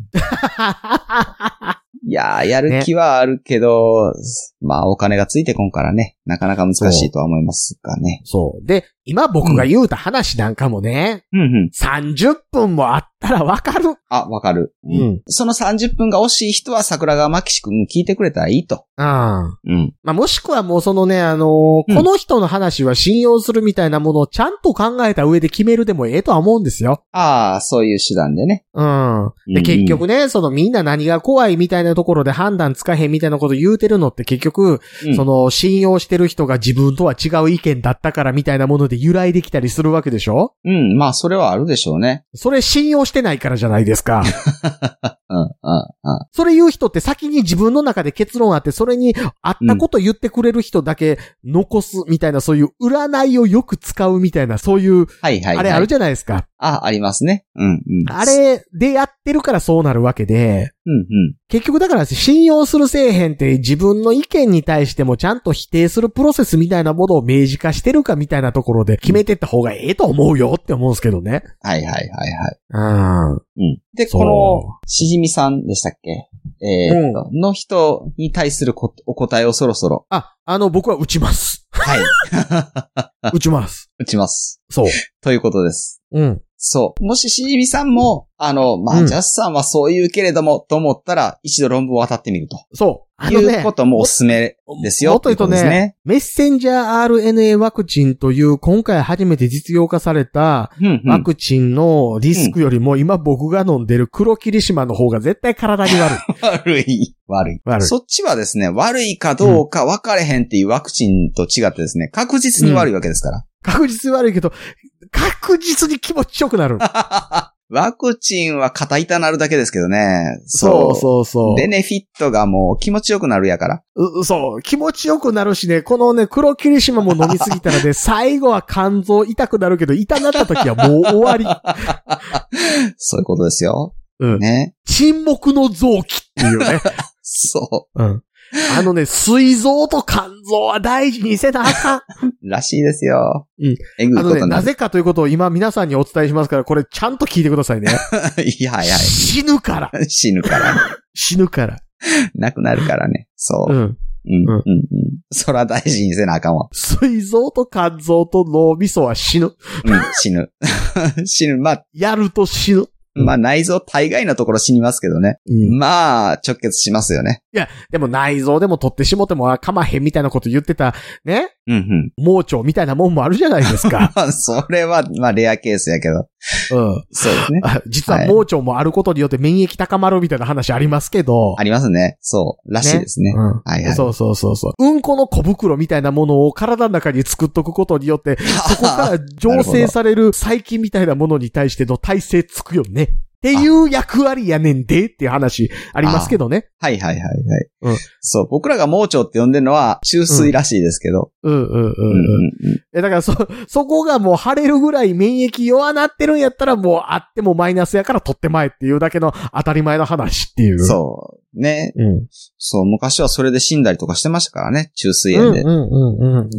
D: いやー、やる気はあるけど、まあお金がついてこんからね、なかなか難しいとは思いますがね。
C: そう。で、今僕が言うた話なんかもね、
D: うんうん。
C: 30分もあったらわかる。
D: あ、わかる、
C: う
D: うん
C: ん。
D: その30分が惜しい人は桜川マキシ君聞いてくれたらいいと。
C: あ
D: うん。
C: まあ、もしくはもうそのね、あのー
D: うん
C: この人の話は信用するみたいなものをちゃんと考えた上で決めるでもええとは思うんですよ。
D: ああ、そういう手段でね。
C: うん。
D: うんう
C: で、
D: ん
C: 結局ね、そのみんな何が怖いみたいなところで判断つかへんみたいなこと言うてるのって結局、
D: うん
C: その信用してる人が自分とは違う意見だったからみたいなもので由来できたりするわけでしょ
D: うん、まあそれはあるでしょうね。
C: それ信用してないからじゃないです
D: う
C: か。
D: ん、うん、うん。
C: それ言う人って先に自分の中で結論あって、それにあったこと言ってくれる人だけ残すみたいな、そういう占いをよく使うみたいな、そういう、
D: はいはい、はい。
C: あれあるじゃないですか。
D: あ、ありますね。うん、うん。
C: あれでやってるからそうなるわけで、
D: うん、うん。
C: 結局だから信用するせえへんって自分の意見に対してもちゃんと否定するプロセスみたいなものを明示化してるかみたいなところで決めてった方がええと思うよって思うんですけどね。
D: はいはいはいはい。
C: うん。
D: うん。で、
C: そう
D: この、しじみさんでしたっけえーっと、の人に対するこお答えをそろそ ろ。
C: あ、あの僕は打ちます。
D: はい。
C: 打ちます。
D: 打ちます。
C: そう。
D: ということです。
C: うん。
D: そう。もししじみさんも、あの、まあ、
C: うん
D: ジャスさんはそう言うけれども、と思ったら、一度論文を渡ってみると。
C: そう。あの
D: いう
C: ね
D: こ、ともおすすめですよ。
C: もっと言うとね
D: いうこですね。
C: メッセンジャー RNA ワクチンという今回初めて実用化された
D: うん、う
C: ワ
D: ん。
C: クチンのリスクよりも今僕が飲んでる黒霧島の方が絶対体に悪い。
D: 悪い。悪い。
C: 悪い。
D: そっちはですね、悪いかどうか分かれへんっていうワクチンと違ってですね、確実に悪いわけですから。
C: 確実に悪いけど、確実に気持ちよくなる。
D: ワクチンは肩痛なるだけですけどね。
C: そうそうそう
D: ベネフィットがもう気持ちよくなるやから。
C: う。そう。気持ちよくなるしね、このね、黒霧島も飲みすぎたら ね、最後は肝臓痛くなるけど、痛なった時はもう終わり。
D: そういうことですよ。
C: うん。
D: ね。
C: 沈黙の臓器っていう ね。
D: そ
C: うん。あのね、膵臓と肝臓は大事にせなあかん。
D: う。らしいですよ。
C: うん。
D: えぐい
C: あ
D: こと
C: の
D: に
C: ね、
D: な
C: な
D: る。
C: ぜかということを今皆さんにお伝えしますから、これちゃんと聞いてくだ さいね。
D: いや、はいは
C: 死ぬから。
D: い。死ぬから。
C: 死ぬから。
D: なくなるからね。そうう。
C: ん。
D: うん。
C: う
D: うんん。うん。そら大事にせなあかんわ。
C: 膵臓と肝臓と脳みそは死ぬ。
D: うん。死ぬ。 死ぬ。まあ、
C: やると死ぬ。
D: まあ内臓大概のところ死にますけどね。
C: うん。
D: まあ、直結しますよね。
C: でも内臓でも取ってしもてもあかまへんみたいなこと言ってた、ね。
D: うんうん。
C: 盲腸みたいなもんもあるじゃないですか。
D: まあ、 それは、まあ、レアケースやけど。
C: うん。
D: そうですね。
C: あ実
D: は
C: はい盲腸もあることによって免疫高まるみたいな話ありますけど。
D: ありますね。そう。らしいですね。
C: うん
D: はいはい
C: そうそうそうそう。うんこの小袋みたいなものを体の中に作っとくことによって、そこから醸成される細菌みたいなものに対しての耐性つくよね。っていう役割やねんでっていう話ありますけどね。
D: はいはいはいはい。
C: うん
D: そう。僕らが盲腸って呼んでるのは、中水らしいですけど。
C: うんうんう
D: うんん
C: う
D: うん
C: ん。
D: うん
C: えだからそ、 そこがもう腫れるぐらい免疫弱なってるんやったらもうあってもマイナスやから取ってまえっていうだけの当たり前の話っていう。
D: そう。ね。
C: う。うん。
D: そう。昔はそれで死んだりとかしてましたからね。中水
C: うん
D: 炎で。
C: うんうんうん。
D: うん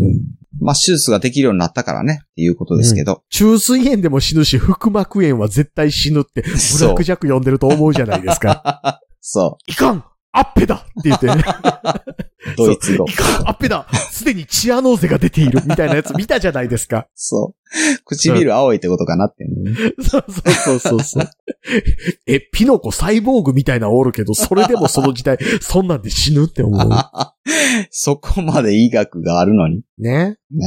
D: まあ、手術ができるようになったからね。っていうことですけ ど。
C: 中水炎でも死ぬし、腹膜炎は絶対死ぬって、ブラ
D: そう
C: ックジャック呼んでると思うじゃないです か。
D: そ
C: いかんあっぺだって言って、ね、
D: う。ドイツ語
C: い。かんあっぺだすでにチアノーゼが出ているみたいなやつ見たじゃないですか。
D: そう。唇青いってことかなっていうね、
C: そうそうそうそう。 え、ピノコサイボーグみたいなのおるけど、それでもその時代、そんなんで死ぬって思う。
D: そこまで医学があるのに。
C: ね。
D: ね
C: うん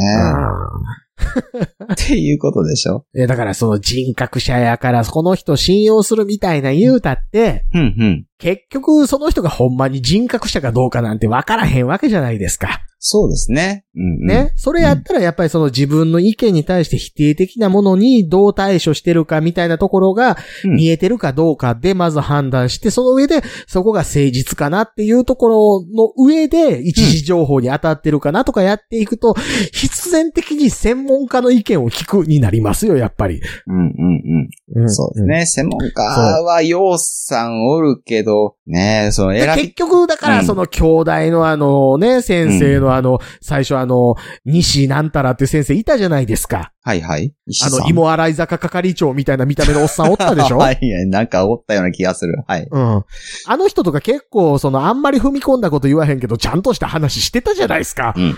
D: え。っていうことでしょ。
C: えだからその人格者やから、この人信用するみたいな言うたって、
D: うんうん。
C: 結局その人がほんまに人格者かどうかなんてわからへんわけじゃないですか。
D: そうですね。うん、うん。
C: ね。それやったらやっぱりその自分の意見に対して否定的なものにどう対処してるかみたいなところが
D: うん
C: 見えてるかどうかでまず判断して、その上でそこが誠実かなっていうところの上で一時情報に当たってるかなとかやっていくと、必然的に専門家の意見を聞くになりますよ、やっぱり。
D: うんうんうん。そうですね。専門家はようさんおるけど、ねえ、その
C: で
D: 選
C: 結
D: び、
C: 局、だか
D: う
C: ら、
D: ん
C: その、兄弟のあのね、先生のあの、最初あの、西なんたらっていう先生いたじゃないですか。
D: はいはい。石
C: あ
D: さん
C: の、芋洗い坂係長みたいな見た目のおっさんおったでし ょ
D: はいはい、なんかおったような気がする。はい。
C: うん。あの人とか結構、その、あんまり踏み込んだこと言わへんけど、ちゃんとした話してたじゃないですか
D: う。んうんう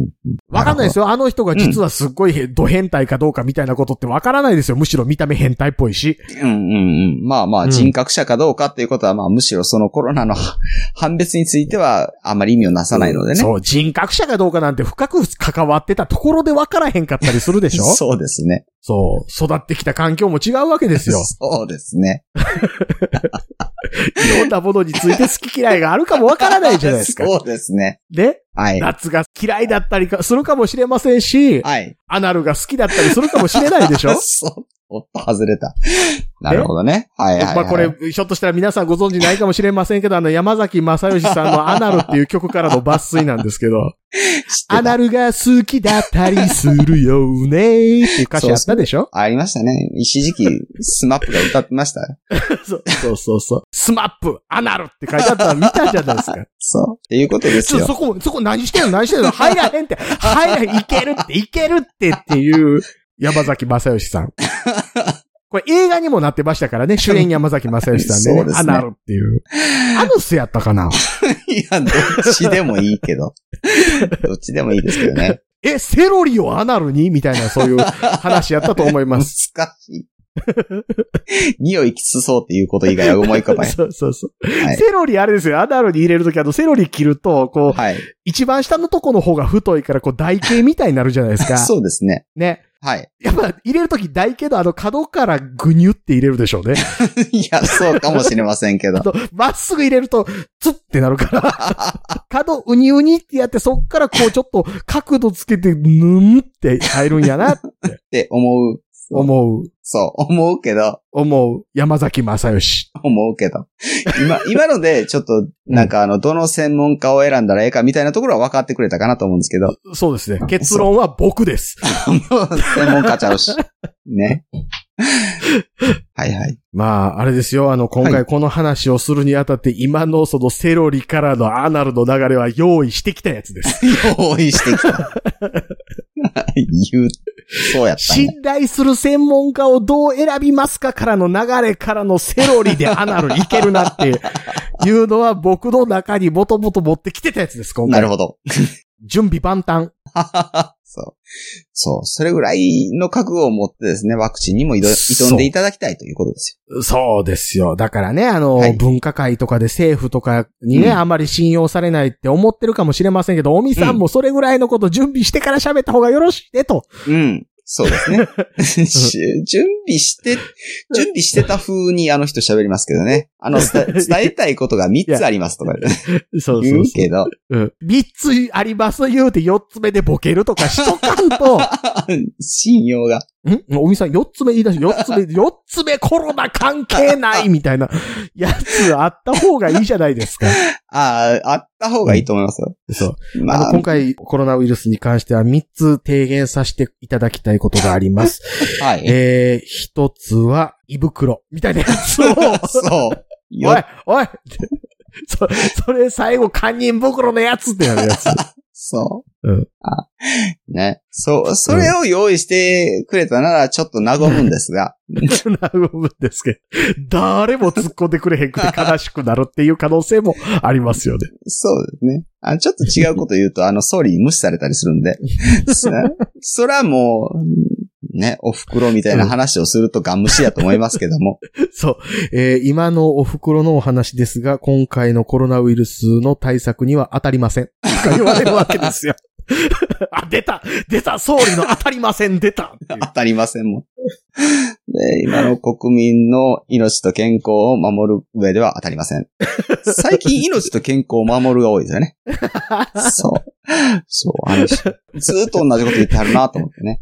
D: ん。
C: わかんないですよ。あの人が実はすっごいへ、ド変態かどうかみたいなことってわからないですよ。むしろ見た目変態っぽいし。
D: うんうんうん。まあま
C: う
D: あ、
C: ん
D: 人格者かどうかっていうことは、まあむしろそのコロナの 判別については、あまり意味をなさないのでね。
C: そう、人格者かどうかなんて深く関わってたところでわからへんかったりする でしょ
D: そうですね。
C: そう。育ってきた環境も違うわけ ですよ。
D: そうですね。
C: いろんなものについて好き嫌いがあるかもわからないじゃないですか。
D: そうですね。
C: ね。
D: はい。
C: 夏が嫌いだったりかするかもしれませんし、
D: はい。
C: アナルが好きだったりするかもしれないで しょ
D: そう。おっと、外れ た。なるほどね。はいはい、はい。
C: まあこれ、ひょっとしたら皆さんご存知ないかもしれませんけど、あの、山崎正義さんのアナルっていう曲からの抜粋なんですけ ど、アナルが好きだったりするよねーっていう歌詞あったでしょ
D: ありましたね。一時期、スマップが歌ってました。
C: そうそうそうそう。スマップ、アナルって書いてあったの見たじゃないですか。
D: そう。っていうことです
C: ちょ、
D: よ。
C: そこ、そこ何してんの何してんの入らへんって、入らへん、いけるって、いけるってっていう、山崎正義さん。これ映画にもなってましたからね、主演山崎正義さんで、
D: そう
C: ね、
D: で
C: ア
D: すね
C: ナルっていう。アヌスやったかない
D: や、どっちでもいい けど。どっちでもいいですけどね。
C: え、セロリをアナルにみたいな、そういう話やったと思いま
D: 難
C: す。
D: しい。匂いきつそうっていうこと以外は思い浮かばない。
C: そうそうそう。
D: はい
C: セロリあれですよ、アナルに入れるとき、あの、セロリ切ると、こう、
D: はい。
C: 一番下のとこの方が太いから、こう、台形みたいになるじゃないですか。
D: そうですね。
C: ね。
D: はい。
C: やっぱ、入れるとき台形のあの角からぐにゅって入れるでしょうね。
D: いや、そうかもしれませんけど
C: あ。と、まっすぐ入れると、ツッってなるから、 角ウニウニってやって、そっからこうちょっと角度つけて、ぬんって入るんやな、
D: って思う。
C: 思う、
D: そう。思うけど、
C: 思う、山崎正義。
D: 思うけど。 今、今ので、ちょっと、なんかあの、どの専門家を選んだらええかみたいなところは分かってくれたかなと思うんですけ ど。
C: そうですね。結論は僕です。
D: もう専門家ちゃうし。ね。はいはい。
C: まあ、あれですよ。あの、今
D: は
C: 回この話をするにあたって、今のそのセロリからのアナルの流れは用意してきたやつです。
D: 用意してきた。言う、そうやったんや。
C: 信頼する専門家をどう選びますかからの流れからのセロリでアナルいけるなっていうのは僕の中にもともと持ってきてたやつです、今回。
D: なるほど。
C: 準備万端。
D: そう。そう。それぐらいの覚悟を持ってですね、ワクチンにも挑挑んでいただきたいということです
C: そうですよ。だからね、あの、
D: はい
C: 分科会とかで政府とかにね、
D: うん
C: あまり信用されないって思ってるかもしれませんけど、おみさんもそれぐらいのこと準備してから喋った方がよろしいねと。
D: よ。うん。そうですね。 し準備して、準備してた風にあの人喋りますけどね。あ の、伝え伝えたいことが3つありますとか
C: そう
D: 言うけど、
C: うん。三つあります言うて四つ目でボケるとかしとかんと、
D: 信用が。
C: んおみさん四つ目言い出し、四つ 目、四つ目コロナ関係ないみたいなやつあった方がいいじゃないですか。
D: ああ、あった方がいいと思いますよ。
C: そう。あ
D: ま
C: の、
D: あ、
C: 今回コロナウイルスに関しては三つ提言させていただきたいことがあります。
D: はい。
C: えー、一つは、胃袋、みたいなやつ を、
D: そう。
C: お
D: よ
C: い、おい ってそ、それ最後、堪忍袋のやつってなるやつ。
D: そう。
C: うん
D: あね。そう、それを用意してくれたならちょっと和むんですが、
C: なるんですけど、誰も突っ込んでくれへんくて悲しくなるっていう可能性もありますよね。
D: そうですね。あちょっと違うこと言うと、あの、総理に無視されたりするんで、そそらもう、ね、お袋みたいな話をするとガン無視やと思いますけども。
C: そう。えー今のお袋のお話ですが、今回のコロナウイルスの対策には当たりま せん。とか言われるわけですよ。あ、出た出た総理の当たりません出たっていう
D: 当たりませんもん。で今の国民の命と健康を守る上では当たりません。最近命と健康を守るが多いですよね。そう。そう、あの、ずーっと同じこと言ってはるなと思ってね。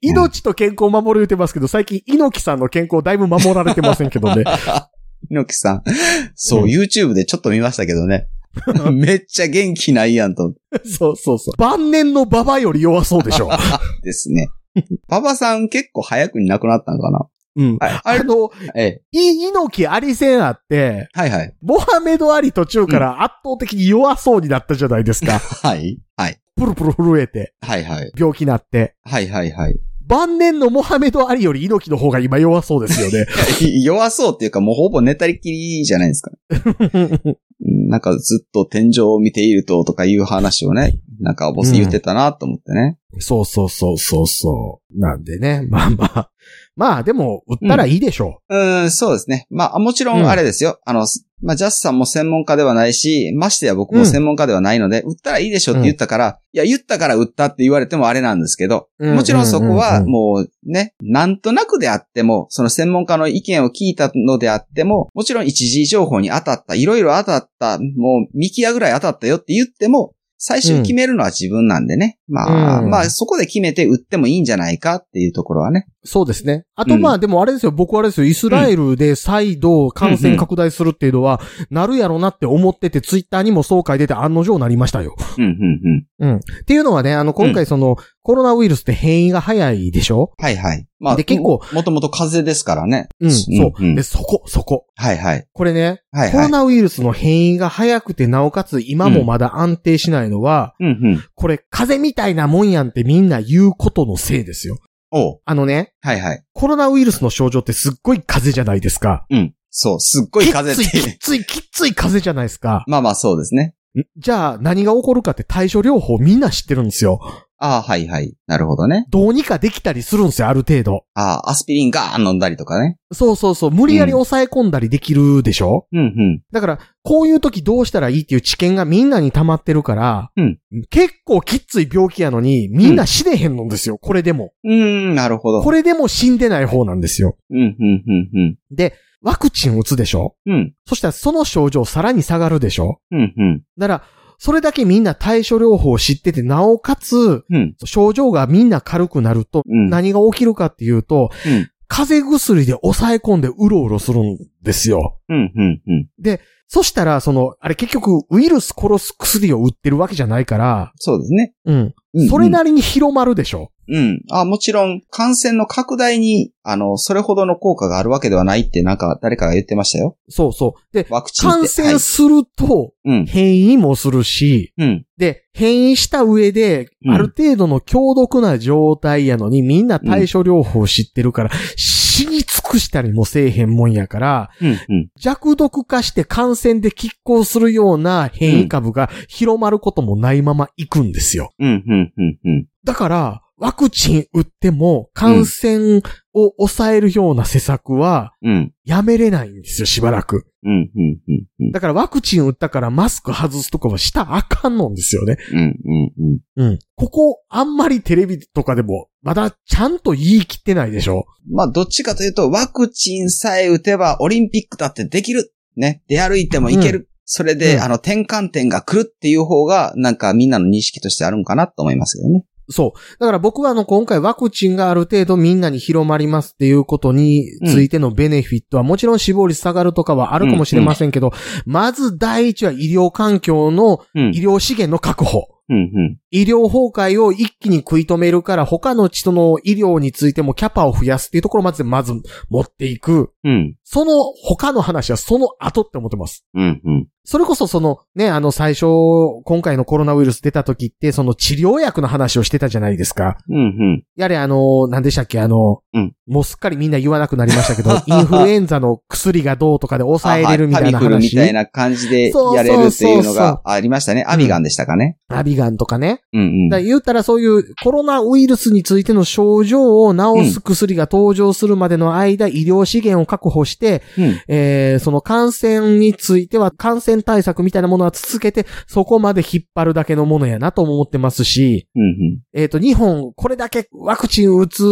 C: 命と健康を守る言ってますけど、最近猪木さんの健康だいぶ守られてませんけどね。
D: 猪木さん。そう、
C: うん
D: YouTube でちょっと見ましたけどね。めっちゃ元気ないやんと。
C: そうそうそう。晩年の馬場より弱そうでしょ。
D: ですね。パパさん結構早くに亡くなったのかな
C: うん。
D: ああ
C: あ
D: れ、
C: の、
D: ええ。
C: い猪木ありせんあって、
D: はいはい。
C: モハメド・アリ途中から圧倒的に弱そうになったじゃない ですか。
D: はい。はい。
C: プルプル震えて、
D: はいはい。
C: 病気になって。
D: はいはいはい。
C: 晩年のモハメド・アリより猪木の方が今弱そうですよ ね。
D: 弱そうっていうか、もうほぼ寝たりきりじゃないですか。うんなんかずっと天井を見ているととかいう話をね、なんかボス言ってたなと思ってね。
C: そうそうそうそうそう。なんでね、まあまあ。まあでも、売ったらいいでしょ
D: うん、そうですね。まあ、もちろ
C: うん
D: んあれですよ。あの、まあ、ジャスさんも専門家ではないし、ましてや僕も専門家ではないので、売ったらいいでしょって言ったから、いや、言ったから売ったって言われてもあれなんですけど、
C: うん
D: もちろんそこ
C: うん
D: は
C: うん
D: もうね、なんとなくであっても、その専門家の意見を聞いたのであっても、もちろん一時情報に当たった、いろいろ当たった、もう見キアぐらい当たったよって言っても、最終決めるのは自分なんでね。まあ、
C: うん
D: まあ、そこで決めて売ってもいいんじゃないかっていうところはね。
C: う。そうですね。あとまあ、でもあれですよ、僕はあれですよ、イスラエルで再度感染拡大するっていうのは、なるやろなって思ってて、ツイッターにもそう書いてて案の定なりましたよ。
D: うん、うん、うん。
C: っていうのはね、あの、今回その、コロナウイルスって変異が早いでしょ
D: はいはい。まあ、
C: で結構
D: も、もともと風邪ですからね。
C: うん、そう。
D: ん
C: で、そこ、そこ。
D: はいはい。
C: これね、
D: はい
C: コ
D: は
C: ロ
D: い。
C: ナウイルスの変異が早くて、なおかつ今もまだ安定しないのは、
D: うんうん。
C: これ、風邪みたいなもんやんってみんな言うことのせいですよ。
D: おう
C: あのね、
D: はいはい。
C: コロナウイルスの症状ってすっごい風邪じゃないですか。
D: うん。そう、すっごい風
C: きっ
D: 邪っ
C: つい、
D: て
C: きっ。つい、きっつい風邪じゃないですか。
D: まあまあそうですね。
C: じゃあ、何が起こるかって対処療法みんな知ってるんですよ。
D: ああ、はいはい。なるほどね。
C: どうにかできたりするんですよ、ある程度。
D: ああ、アスピリンガーン飲んだりとかね。
C: そうそうそう、無理やり抑え込んだりできるでしょ、
D: うん
C: だから、こういう時どうしたらいいっていう知見がみんなに溜まってるから、
D: うん
C: 結構きっつい病気やのに、みんな死ねへんのですよ、これでも。
D: うん。うーん、なるほど。
C: これでも死んでない方なんですよ。
D: うん、うん、うん、
C: で、ワクチン打つでしょ
D: うん。うん、
C: そしたらその症状さらに下がるでしょ
D: うん、うん。
C: だから、それだけみんな対処療法を知ってて、なおかつ、
D: うん、
C: 症状がみんな軽くなると、
D: うん
C: 何が起きるかっていうと、
D: うん
C: 風邪薬で抑え込んでうろうろするんですよ。
D: うん、うん、うん。
C: そしたら、その、あれ結局、ウイルス殺す薬を売ってるわけじゃないから、
D: そうですね。
C: うん。
D: うん
C: それなりに広まるでしょ。
D: うん。あ、もちろん、感染の拡大に、あの、それほどの効果があるわけではないって、なんか、誰かが言ってましたよ。
C: そうそう。で、
D: ワクチンって。
C: 感
D: は
C: 染
D: い
C: すると
D: うん。
C: 変異もするし、
D: うん。
C: で、変異した上で、
D: うん
C: ある程度の強毒な状態やのに、みんな対処療法知ってるから、死に尽くしたりもせえへんもんやから、
D: うん。うん。
C: 弱毒化して感染で拮抗するような変異株が広まることもないまま行くんですよ。
D: うん。うん。うん。うん。
C: だから、ワクチン打っても感染を抑えるような施策は
D: うん。
C: やめれないんですよ、しばらく。
D: うん。うん。うん。うん。
C: だからワクチン打ったからマスク外すとかはしたらあかんのんですよね。
D: うん。うん。うん。
C: うん。ここ、あんまりテレビとかでも、まだちゃんと言い切ってないでしょ。
D: まあ、どっちかというと、ワクチンさえ打てばオリンピックだってできる。ね。出歩いてもいける。それで、
C: うん
D: あの、転換点が来るっていう方が、なんか、みんなの認識としてあるんかなと思いますけどね。
C: そう。だから僕はあの、今回ワクチンがある程度みんなに広まりますっていうことについてのベネフィットは、もちろん死亡率下がるとかはあるかもしれませんけど、まず第一は医療環境の、
D: うん
C: 医。療資源の確保。
D: うん。うん。
C: 医療崩壊を一気に食い止めるから、他の人の医療についてもキャパを増やすっていうところまでまず持っていく。
D: うん。
C: その他の話はその後って思ってます。
D: うん。うん。
C: それこそそのね、あの最初、今回のコロナウイルス出た時って、その治療薬の話をしてたじゃないですか。
D: うん。うん。
C: やれあの、何でしたっけあの、
D: うん
C: もうすっかりみんな言わなくなりましたけ ど、インフルエンザの薬がどうとかで抑えれるみたいな
D: あはいタミフルみ
C: 話。
D: たいな感じでやれるっていうのがありましたね。アビガンでしたかね。
C: アビガンとかね。
D: うんうん。
C: だから言ったらそういうコロナウイルスについての症状を治す薬が登場するまでの間、医療資源を確保して、
D: うん
C: えーその感染については感染対策みたいなものは続けて、そこまで引っ張るだけのものやなとも思ってますし、
D: うんうん。
C: えっ、と、日本、これだけワクチン打つ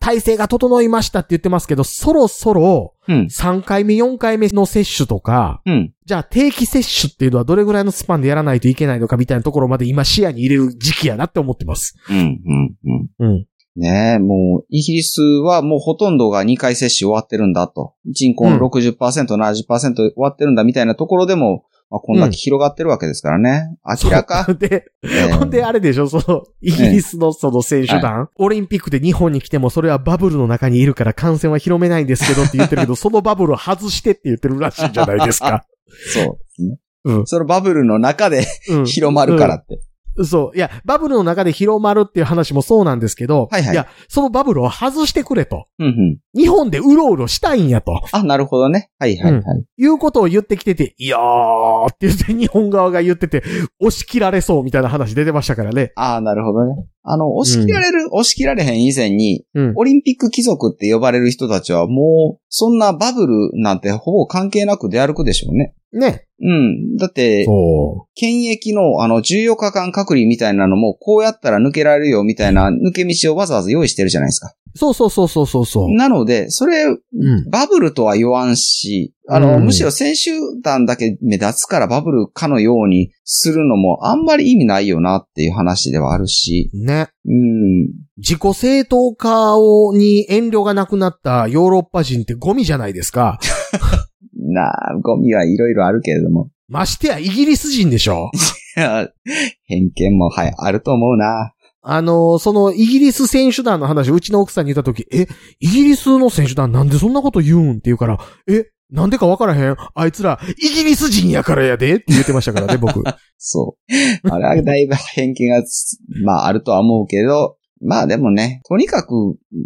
C: 体制が整いましたって言ってますけど、そろそろ
D: うん。
C: 3回目、4回目の接種とか、
D: うん。
C: じゃあ定期接種っていうのはどれぐらいのスパンでやらないといけないのかみたいなところまで今視野に入れる時期やなって思ってます。
D: うん。うん。うん。
C: うん。
D: ねえ、もう、イギリスはもうほとんどが2回接種終わってるんだと。人口の60%、70%終わってるんだみたいなところでも、まあ、こんだけ広がってるわけですからね。明らか。
C: そう。で、
D: ええ
C: ほんであれでしょ、その、イギリスのその選手団、オリンピックで日本に来てもそれはバブルの中にいるから感染は広めないんですけどって言ってるけど、そのバブルを外してって言ってるらしいじゃない ですか。
D: そうですね。
C: うん
D: そのバブルの中で
C: うん。
D: 広まるからって。
C: そう。いや、バブルの中で広まるっていう話もそうなんですけど、
D: はいはい
C: や、そのバブルを外してくれと。
D: うんうん。
C: 日本でうろうろしたいんやと。
D: あ、なるほどね。はいはいはい。
C: いうことを言ってきてて、いやーって言って日本側が言ってて、押し切られそうみたいな話出てましたからね。
D: ああ、なるほどね。あの、押し切られる、押し切られへん以前に、
C: うん。
D: オリンピック貴族って呼ばれる人たちはもう、そんなバブルなんてほぼ関係なく出歩くでしょうね。
C: ね。
D: うん。だって、
C: そ
D: 検疫のあの14日間隔離みたいなのも、こうやったら抜けられるよみたいな抜け道をわざわざ用意してるじゃないですか。
C: う。そうそうそうそうそうそう。
D: なので、それ、
C: うん。
D: バブルとは言わんし、あの、
C: うん
D: むしろ選手団だけ目立つからバブルかのようにするのもあんまり意味ないよなっていう話ではあるし、
C: ね。
D: うん、
C: 自己正当化をに遠慮がなくなったヨーロッパ人ってゴミじゃないですか。
D: なあ、ゴミはいろいろあるけれども。
C: ましてやイギリス人でしょ。
D: 偏見も、はい、あると思うな。
C: あの、そのイギリス選手団の話、うちの奥さんに言った時、え、イギリスの選手団なんでそんなこと言うんって言うから、え、なんでかわからへんあいつら、イギリス人やからやでって言ってましたか らね、僕。
D: そう。あ れはだいぶ偏見が、まあ、あるとは思うけど、まあでもね、とにかく、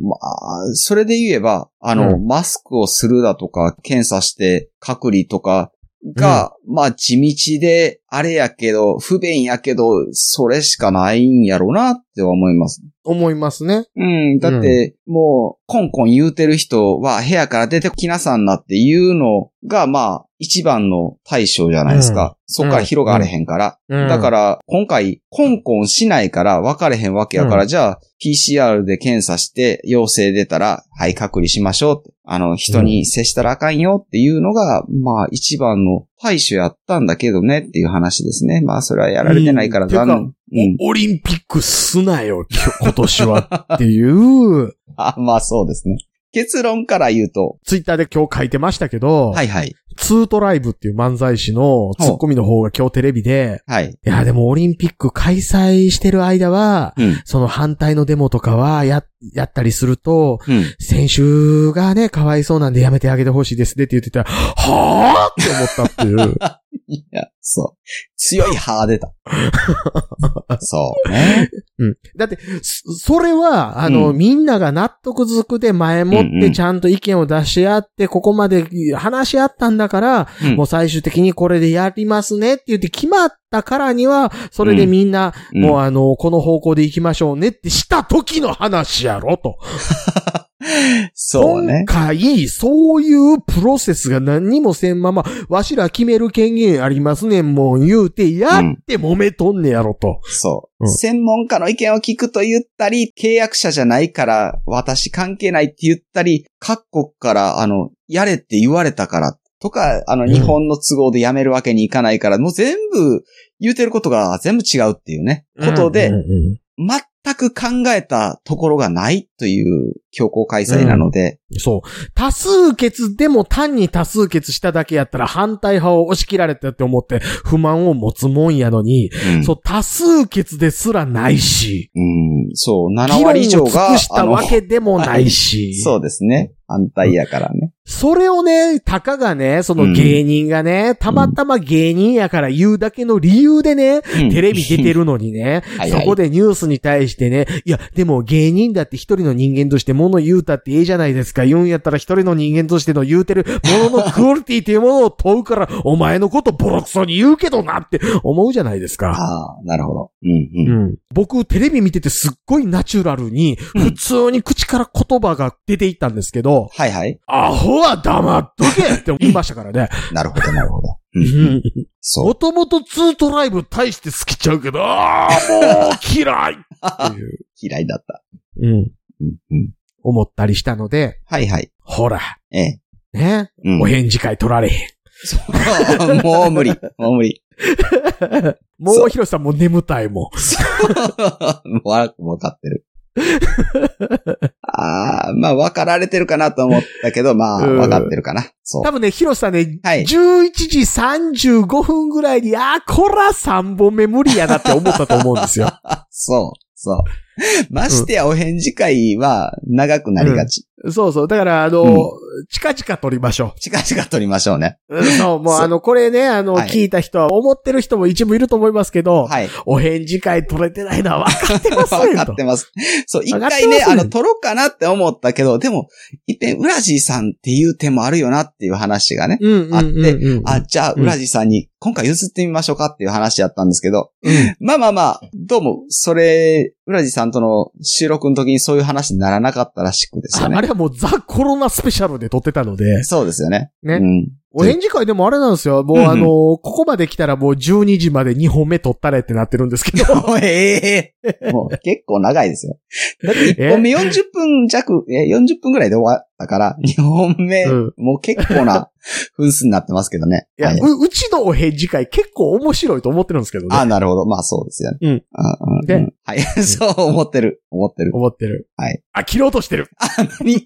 D: まあ、それで言えば、あの、
C: う
D: マスクをするだとか、検査して隔離とかが、まあ、地道で、あれやけど、不便やけど、それしかないんやろうなっては思います。
C: 思いますね。
D: うん、だって、もう、コンコン言うてる人は、部屋から出てきなさんなっていうのが、まあ、一番の対象じゃないですか。
C: う
D: そっから広がれへんから。
C: うん
D: だから、今回、コンコンしないから分かれへんわけやから、じゃあ、PCR で検査して、陽性出たら、はい、隔離しましょうって。あの、人に接したらあかんよっていうのが、まあ、一番の対処やったんだけどねっていう話ですね。まあ、それはやられてないから
C: うんていうか
D: 残念。うん。
C: オリンピックすなよ、今日今年はっていう。
D: あ、まあ、そうですね。結論から言うと、
C: ツイッターで今日書いてましたけど、
D: はいはい。
C: ツートライブっていう漫才師のツッコミの方が今日テレビで、
D: はい。
C: いや、でもオリンピック開催してる間は、
D: うん。
C: その反対のデモとかはや、やったりすると、
D: うん。
C: 選手がね、かわいそうなんでやめてあげてほしいですねって言ってたら、はぁって思ったっていう。
D: いや、そう。強い歯が 出た。そうね。
C: うん。だって、 そそれは、あの、
D: う
C: みんなが納得づくで前も
D: う
C: っ
D: んう
C: て
D: ん
C: ちゃんと意見を出し合って、ここまで話し合ったんだから、
D: うん
C: もう最終的にこれでやりますねって言って決まったからには、それでみんな、
D: うん
C: もうあの、この方向で行きましょうねってした時の話やろと。
D: そうね
C: 今。回、そういうプロセスが何にもせんまま、わしら決める権限ありますねんもん言うて、やって揉めとんねやろと。
D: そう、
C: うん
D: 専門家の意見を聞くと言ったり、契約者じゃないから私関係ないって言ったり、各国から、あの、やれって言われたから、とか、あの、
C: うん
D: 日本の都合でやめるわけにいかないから、もう全部言うてることが全部違うっていうね、ことで、
C: うんうん
D: 全く考えたところがないという強行開催なので、
C: そう。多数決でも単に多数決しただけやったら反対派を押し切られたって思って不満を持つもんやのに、
D: うん
C: そう、多数決ですらないし、
D: うんそう、7割以上
C: 議論を尽
D: が
C: くし、
D: あ
C: た
D: の
C: わ、けでもないし。
D: そうですね、反対やからね。
C: それをね、たかがね、その芸人がね、たまたま芸人やから言うだけの理由でね、
D: うん
C: テレビ出てるのにね、
D: はい
C: そ
D: はい
C: こでニュースに対してね、いや、でも芸人だって一人の人間として物言うたってええじゃないですか、言うんやったら一人の人間としての言うてるもののクオリティっていうものを問うから、お前のことボロクソに言うけどなって思うじゃないですか。
D: ああ、なるほど。うんうん
C: うん、僕、テレビ見ててすっごいナチュラルに、
D: うん
C: 普通に口から言葉が出ていったんですけど、
D: はいはい。
C: アホは黙っとけって言いましたからね。
D: なるほど、なるほど。そ
C: も
D: う。
C: ともとツートライブ大して好きちゃうけど、ああ、もう嫌いっていう、
D: 嫌いだった。
C: うん、
D: うんうん、
C: 思ったりしたので、
D: はいはい。
C: ほら、
D: ええ。
C: ね、
D: うん
C: お返事会取られへん。
D: そう もう無理。もう無理。
C: もうヒロシさんもう眠たいも
D: わ分かってる。ああ、まあ分かられてるかなと思ったけど、まあ
C: うん
D: 分かってるかな。そ
C: ん。
D: う
C: 多。分ね、ヒロシさんね、
D: はい
C: 11時35分ぐらいに、あー、こら3本目無理やなって思ったと思うんですよ。
D: あそう。そう。ましてやお返事会は長くなりがち。
C: そうそう。だから、あの、
D: うん
C: 近々撮りましょう。
D: 近々取りましょうね。
C: うんそう、もう
D: そう
C: あの、これね、あの、
D: はい
C: 聞いた人は、思ってる人も一部いると思いますけど、
D: はい。
C: お返事会取れてないのは分かってま
D: 分
C: すねん
D: か
C: と
D: っ。てます。そう、一
C: わかって
D: 回ね、
C: ます
D: あの、取ろうかなって思ったけど、でも、いっぺん、ウラジーさんっていう手もあるよなっていう話がね。
C: うんうんうんうん
D: あ、じゃあ、
C: うん
D: ウラジーさんに今回譲ってみましょうかっていう話やったんですけど、まあまあまあ、どうも、それ、ウラジーさんとの収録の時にそういう話にならなかったらしくですよ
C: ああ
D: ね。
C: れはもうザ・コロナスペシャルで撮ってたので、
D: そうですよね。
C: ね
D: うん。
C: お返事会でもあれなんですよ。もう
D: うんうん
C: あの、ここまで来たらもう12時まで2本目撮ったれってなってるんですけど、
D: ええもう結構長いですよ。だって1本目40分弱、え、40分ぐらいで終わったから、2本目、
C: うん
D: もう結構な分数になってますけどね。
C: いや、
D: はいう
C: うちのお返事会結構面白いと思ってるんですけど
D: ああ、
C: ね。
D: なるほど。まあそうですよね。
C: うん
D: うん。うん。
C: で
D: うんはい。 そう思ってる。思 ってる。
C: 思ってる。
D: はい。
C: あ、切ろうとしてる。
D: に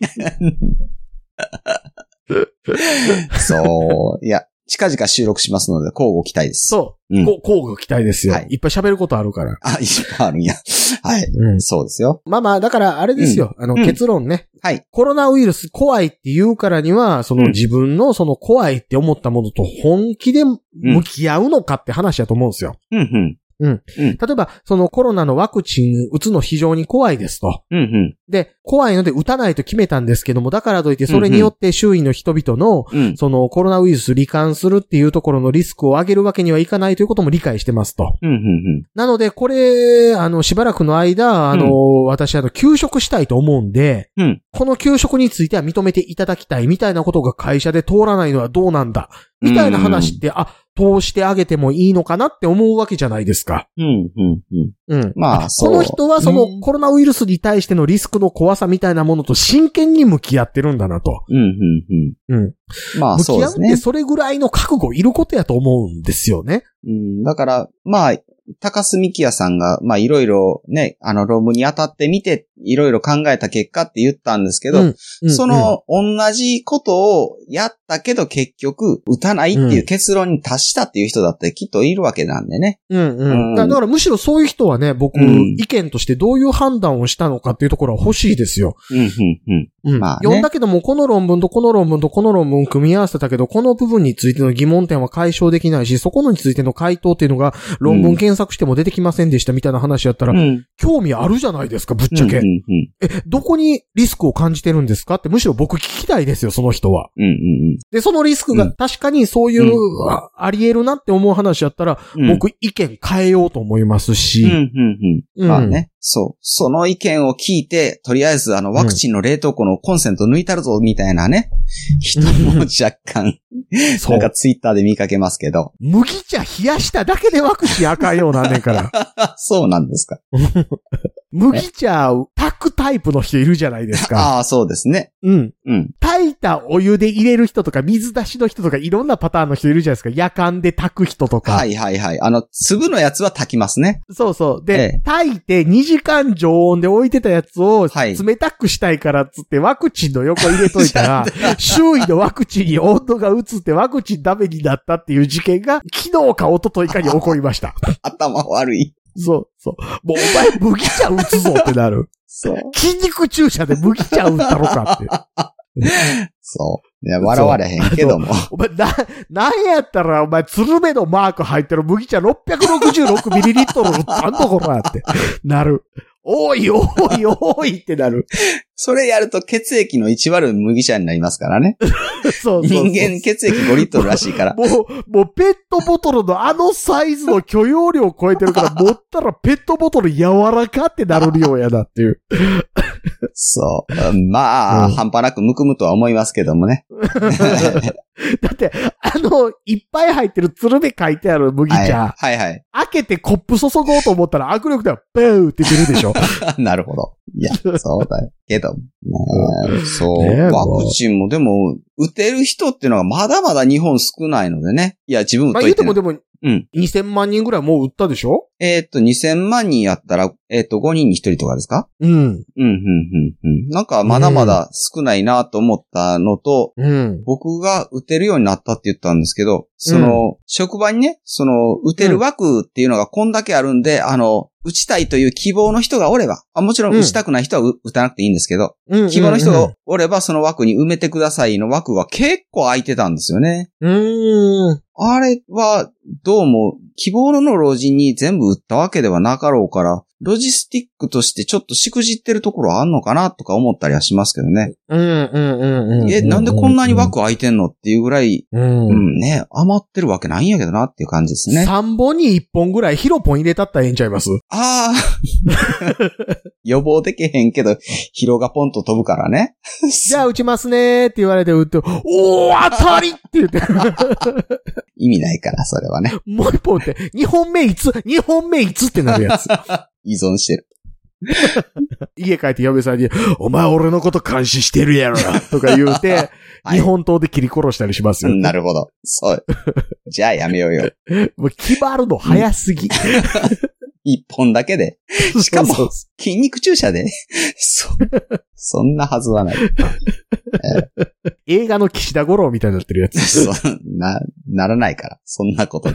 D: そう。いや、近々収録しますので、交互期待です。う。
C: そう。
D: ん
C: こう、交互期待ですよ。
D: はいい、
C: っぱい喋ることあるから。
D: あ、いっぱいあるんや。はい。
C: うん。
D: そうですよ。
C: まあまあ、だからあれですよ。あの、
D: うん
C: 結論ね。
D: はい。
C: コロナウイルス怖いって言うからには、そ
D: う
C: の
D: ん
C: 自分のその怖いって思ったものと本気で向き合うのかって話だと思うんですよ。
D: うんうん。
C: 例えば、そのコロナのワクチン打つの非常に怖いですと。
D: うんうん。
C: で、怖いので打たないと決めたんですけども、だからといってそれによって周囲の人々の、
D: うん。
C: そのコロナウイルス罹患するっていうところのリスクを上げるわけにはいかないということも理解してますと。
D: うんうん
C: なので、これ、あの、しばらくの間、あの、
D: う
C: 私、あの、休職したいと思うんで、
D: うん
C: この休職については認めていただきたいみたいなことが会社で通らないのはどうなんだみたいな話って、あ、通してあげてもいいのかなって思うわけじゃないですか。
D: うん。うんうんうん。
C: うん。
D: まあ、そう。
C: この人はそのコロナウイルスに対してのリスクの怖さみたいなものと真剣に向き合ってるんだなと。
D: うんうんうん。
C: うん。
D: まあ、
C: 向き
D: そうで
C: 合う
D: す
C: って
D: ね。
C: それぐらいの覚悟いることやと思うんですよね。
D: うん。だから、まあ、高須幹也さんが、まあ、いろいろね、あの、論文に当たってみて、いろいろ考えた結果って言ったんですけど、
C: うんうん
D: そ、の、同じことをやったけど結局、打たないっていう結論に達したっていう人だってきっといるわけなんでね。
C: うんうん
D: うん
C: だだからむしろそういう人はね、
D: う
C: 僕、
D: ん
C: 意見としてどういう判断をしたのかっていうところは欲しいですよ。
D: うん、うん、うん。
C: うん。
D: まあね
C: 読んだけども、この論文とこの論文とこの論文組み合わせたけど、この部分についての疑問点は解消できないし、そこのについての回答っていうのが論文検索しても出てきませんでしたみたいな話やったら、
D: うん、
C: 興味あるじゃないですか、ぶっちゃ
D: うん、
C: け。
D: うん、うん
C: え、どこにリスクを感じてるんですかってむしろ僕聞きたいですよ、その人は。
D: うん
C: で、そのリス
D: う
C: クが
D: ん
C: 確かにそういう、
D: うん
C: ああり得るなって思う話やったら、
D: うん。
C: 僕意見変えようと思いますし。
D: うん、うん、う。
C: うんん
D: まあね、そう。その意見を聞いて、とりあえず、あの、ワクチンの冷凍庫のコンセント抜いたるぞ、みたいな ね、人も若干、
C: そ
D: なん
C: う
D: か。ツイッターで見かけますけど。
C: 麦茶冷やしただけでワクチンあかんようなんねんから。
D: あそうなんですか。
C: 麦茶を炊くタイプの人いるじゃないですか。
D: ああ、そうですね。
C: うん。
D: うん。
C: 炊いたお湯で入れる人とか、水出しの人とか、いろんなパターンの人いるじゃないですか。夜間で炊く人とか。
D: はいはいはい。あの、粒のやつは炊きますね。
C: そうそう。で、
D: ええ
C: 炊いて2時間常温で置いてたやつを、
D: はい
C: 冷たくしたいからっつってワクチンの横入れといたら、周囲のワクチンに温度が移ってワクチンダメになったっていう事件が、昨日か一昨日かに起こりました。
D: 頭悪い。
C: そうそう。もう お前麦茶打つぞってなる。
D: そう。
C: 筋肉注射で麦茶打ったのかって。
D: そう。いや、笑われへんけども。
C: お前な、なんやったらお前鶴瓶のマーク入ってる麦茶 666ml のあんのこらって。なる。多い多い多いってなる。
D: それやると血液の1割麦茶になりますからね。
C: そうそうそう
D: 人間血液5リットルらしいから。
C: もう、もうペットボトルのあのサイズの許容量を超えてる から、持ったらペットボトル柔らかってなる量やなって いう。
D: そう。まあ、
C: うん
D: 半端なくむくむとは思いますけどもね。
C: だって、あの、いっぱい入ってる鶴瓶書いてある麦茶、
D: はいはいはい。
C: 開けてコップ注ごうと思ったら握力ではペーって出る でしょ。
D: なるほど。い や、そうだよけど、ねえそう、
C: ねえ
D: ワクチンもでも、打てる人っていうのはまだまだ日本少ないのでね。いや、自分打
C: ま
D: っ
C: あ
D: と
C: 言
D: いうて
C: て
D: な
C: も
D: い、
C: でも、
D: うん
C: 2000万人ぐらいもう売ったでしょ
D: えーっと、2000万人やったら、えーっと、5人に1人とかですか
C: うん。
D: うん、うん、うん、うん。なんか、まだまだ少ないなと思ったのと、
C: うん。
D: 僕が打てるようになったって言ったんですけど、その、職場にね、その、打てる枠っていうのがこんだけあるんで、あの、打ちたいという希望の人がおれば、あもちろん
C: うん
D: 打ちたくない人はう打たなくていいんですけど、
C: うん
D: 希望の人がおればその枠に埋めてくださいの枠が結構空いてたんですよね。
C: うん。
D: あれは、どうも、希望の老人に全部打ったわけではなかろうから、ロジスティックとしてちょっとしくじってるところはあんのかなとか思ったりはしますけどね。
C: うん、うん、うん、うん。
D: え、なんでこんなに枠空いてんのっていうぐらい、
C: うん、
D: う
C: うん。
D: ん、ね、余ってるわけないんやけどなっていう感じですね。
C: 3本に1本ぐらいヒロポン入れたったらええんちゃいます
D: ああ。 予防できへんけど、疲労がポンと飛ぶからね。
C: じゃあ打ちますねーって言われて打って、おー当たりって言って、
D: 意味ないから、それはね。
C: もう一本打って、2本目いつ ?2 本目いつってなるやつ。
D: 依存してる。
C: 家帰って嫁さんに、お前俺のこと監視してるやろ とか言うて、
D: はい
C: 日本刀で切り殺したりします
D: う
C: よ。
D: んなるほど。 そう。じゃあやめようよ。
C: もう決まるの早すぎ。
D: 一本だけで。 しかも
C: そうそうそ
D: 筋肉注射で。 そ、そんなはずはない。
C: う映画の岸田五郎みたいになってるやつ。
D: そんな、ならないから。そんなこと。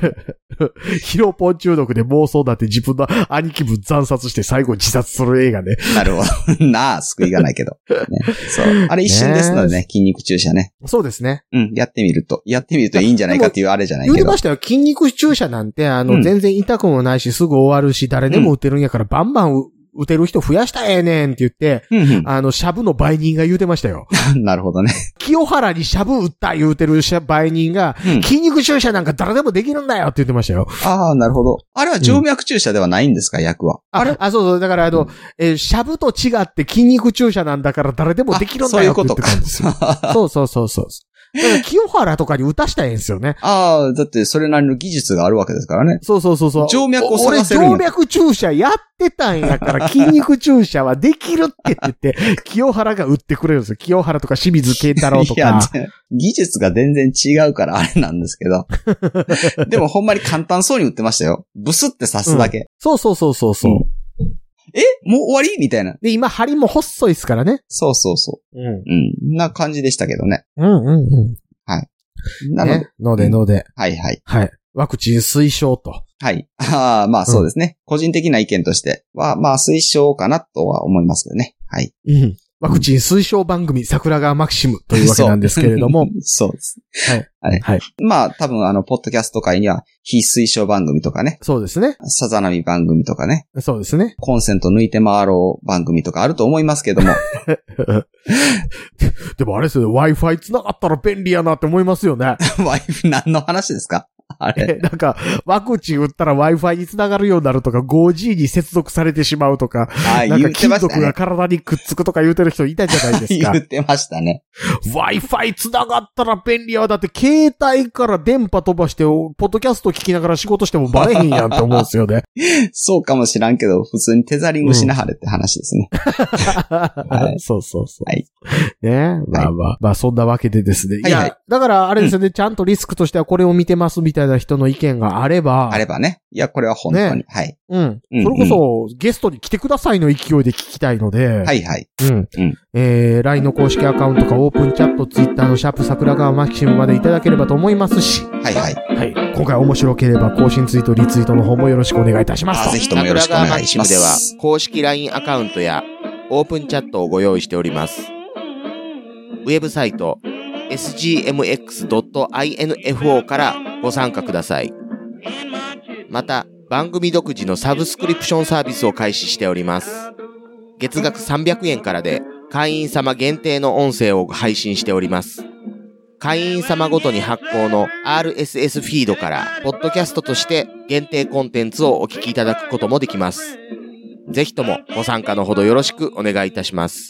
C: ヒロポン中毒で妄想だって自分の兄貴分惨殺して最後自殺する映画ね。
D: なるほど。なあ、救いがないけど。ね、そう。あれ一瞬ですのでね、筋肉注射ね。
C: そうですね。
D: うん、やってみると。やってみるといいんじゃないかっていうあれじゃない
C: 言っ
D: け
C: て
D: ど
C: ま。したよ。筋肉注射なんて、あの、
D: うん
C: 全然痛くもないし、すぐ終わるし、誰でも打てるんやから、バンバンう打てる人増やしたらええねんって言って、
D: うんうん
C: あの、シャブの売人が言うてました よ。
D: なるほどね。
C: 清原にシャブ打った言うてるシャ売人が、
D: うん
C: 筋肉注射なんか誰でもできるんだよって言ってましたよ。
D: ああ、なるほど。あれは静脈注射ではないんですか、薬は。
C: あれあ、そうそう。だから、あの、えーシャブと違って筋肉注射なんだから誰でもできるんだよって言ってたんですよ。そうそうそうそう。から清原とかに打たしたいんですよね。
D: ああ、だってそれなりの技術があるわけですからね。
C: そうそうそうそう。
D: 静脈を探せるんや
C: 俺、静脈注射やってたん やから、筋肉注射はできるって言って、清原が打ってくれるんですよ。清原とか清水健太郎と
D: いや
C: か。、
D: 技術が全然違うからあれなんですけ ど。でもほんまに簡単そうに打ってましたよ。ブスって刺すだけ。
C: そうそうそうそうそう、
D: うんえもう終わりみたいな。
C: で、今、針も細いですからね。
D: そうそうそ
C: うん。
D: う。うん。な感じでしたけどね。
C: うんうんう。
D: なんので、
C: ね。ので、ので。
D: はいはい。
C: はい。ワクチン推奨と。
D: はい。ああ、まあそうですね、個人的な意見としては、まあ推奨かなとは思いますけどね。はい。
C: うん。ワクチン推奨番組、桜川マキシムというわけなんですけれども。
D: そうです。
C: はい。
D: はい。
C: はい
D: まあ多分あの、ポッドキャスト界には、非推奨番組とかね、
C: そうですね。
D: さざ波番組とかね、
C: そうですね。
D: コンセント抜いて回ろう番組とかあると思いますけども、
C: でもあれですよね。Wi-Fi 繋がったら便利やなって思いますよ ね。
D: ワイフ何の話ですかあ れ。
C: なんか、ワクチン打ったら Wi-Fi に繋がるようになるとか、5G に接続されてしまうとか、
D: ああ、
C: なん
D: 言
C: か
D: って
C: 金
D: まし
C: 属
D: た
C: が
D: ね。
C: 体にくっつくとか言うてる人いたじゃないです
D: 言
C: か
D: っ。てましたね。
C: Wi-Fi 繋がったら便利やわ。だって携帯から電波飛ばして、ポッドキャスト聞きながら仕事してもバレへんやんって思うんですよね。
D: そうかもしらんけど、普通にテザリングしなはれって話です ね。い
C: そうそうそう。
D: はい
C: ねまあまあ、まあそんなわけでですね。い
D: はいは
C: や、だからあれですよね、ちゃんとリスクとしてはこれを見てますみたいな人の意見があれば、
D: あればね。いや、これは本当に。
C: ね
D: はい。
C: うん。そ
D: うん
C: れこそ、ゲストに来てくださいの勢いで聞きたいので、
D: はいはい。
C: うん。
D: うん
C: えー、LINE の公式アカウントかオープンチャット、Twitter のシャープ桜川マキシムまでいただければと思いますし、
D: はいはい。
C: はい。今回面白ければ更新ツイート、リツイートの方もよろしくお願いいたしま
D: あ
C: す
D: ぜ。ひともよろしくお願いし
B: 桜川マキシ
D: ます
B: ム。では公式 LINE アカウントやオープンチャットをご用意しておりますウェブサイト sgmx.info からご参加くださいまた番組独自のサブスクリプションサービスを開始しております月額300円からで会員様限定の音声を配信しております会員様ごとに発行の RSS フィードから、ポッドキャストとして限定コンテンツをお聞きいただくこともできます。ぜひともご参加のほどよろしくお願いいたします。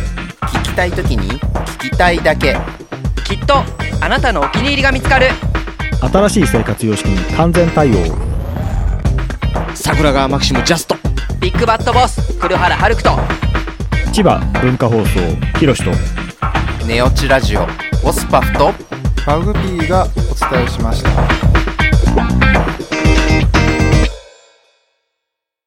E: 聞きたいときに聞きたいだけ。
F: きっとあなたのお気に入りが見つかる
G: 新しい生活様式に完全対応
B: 桜川マキシムジャスト。
F: ビッグバットボス黒原遥人
G: 千葉文化放送ひろしと
E: ネオチラジオ。オスパフと
H: マグピーがお伝えしました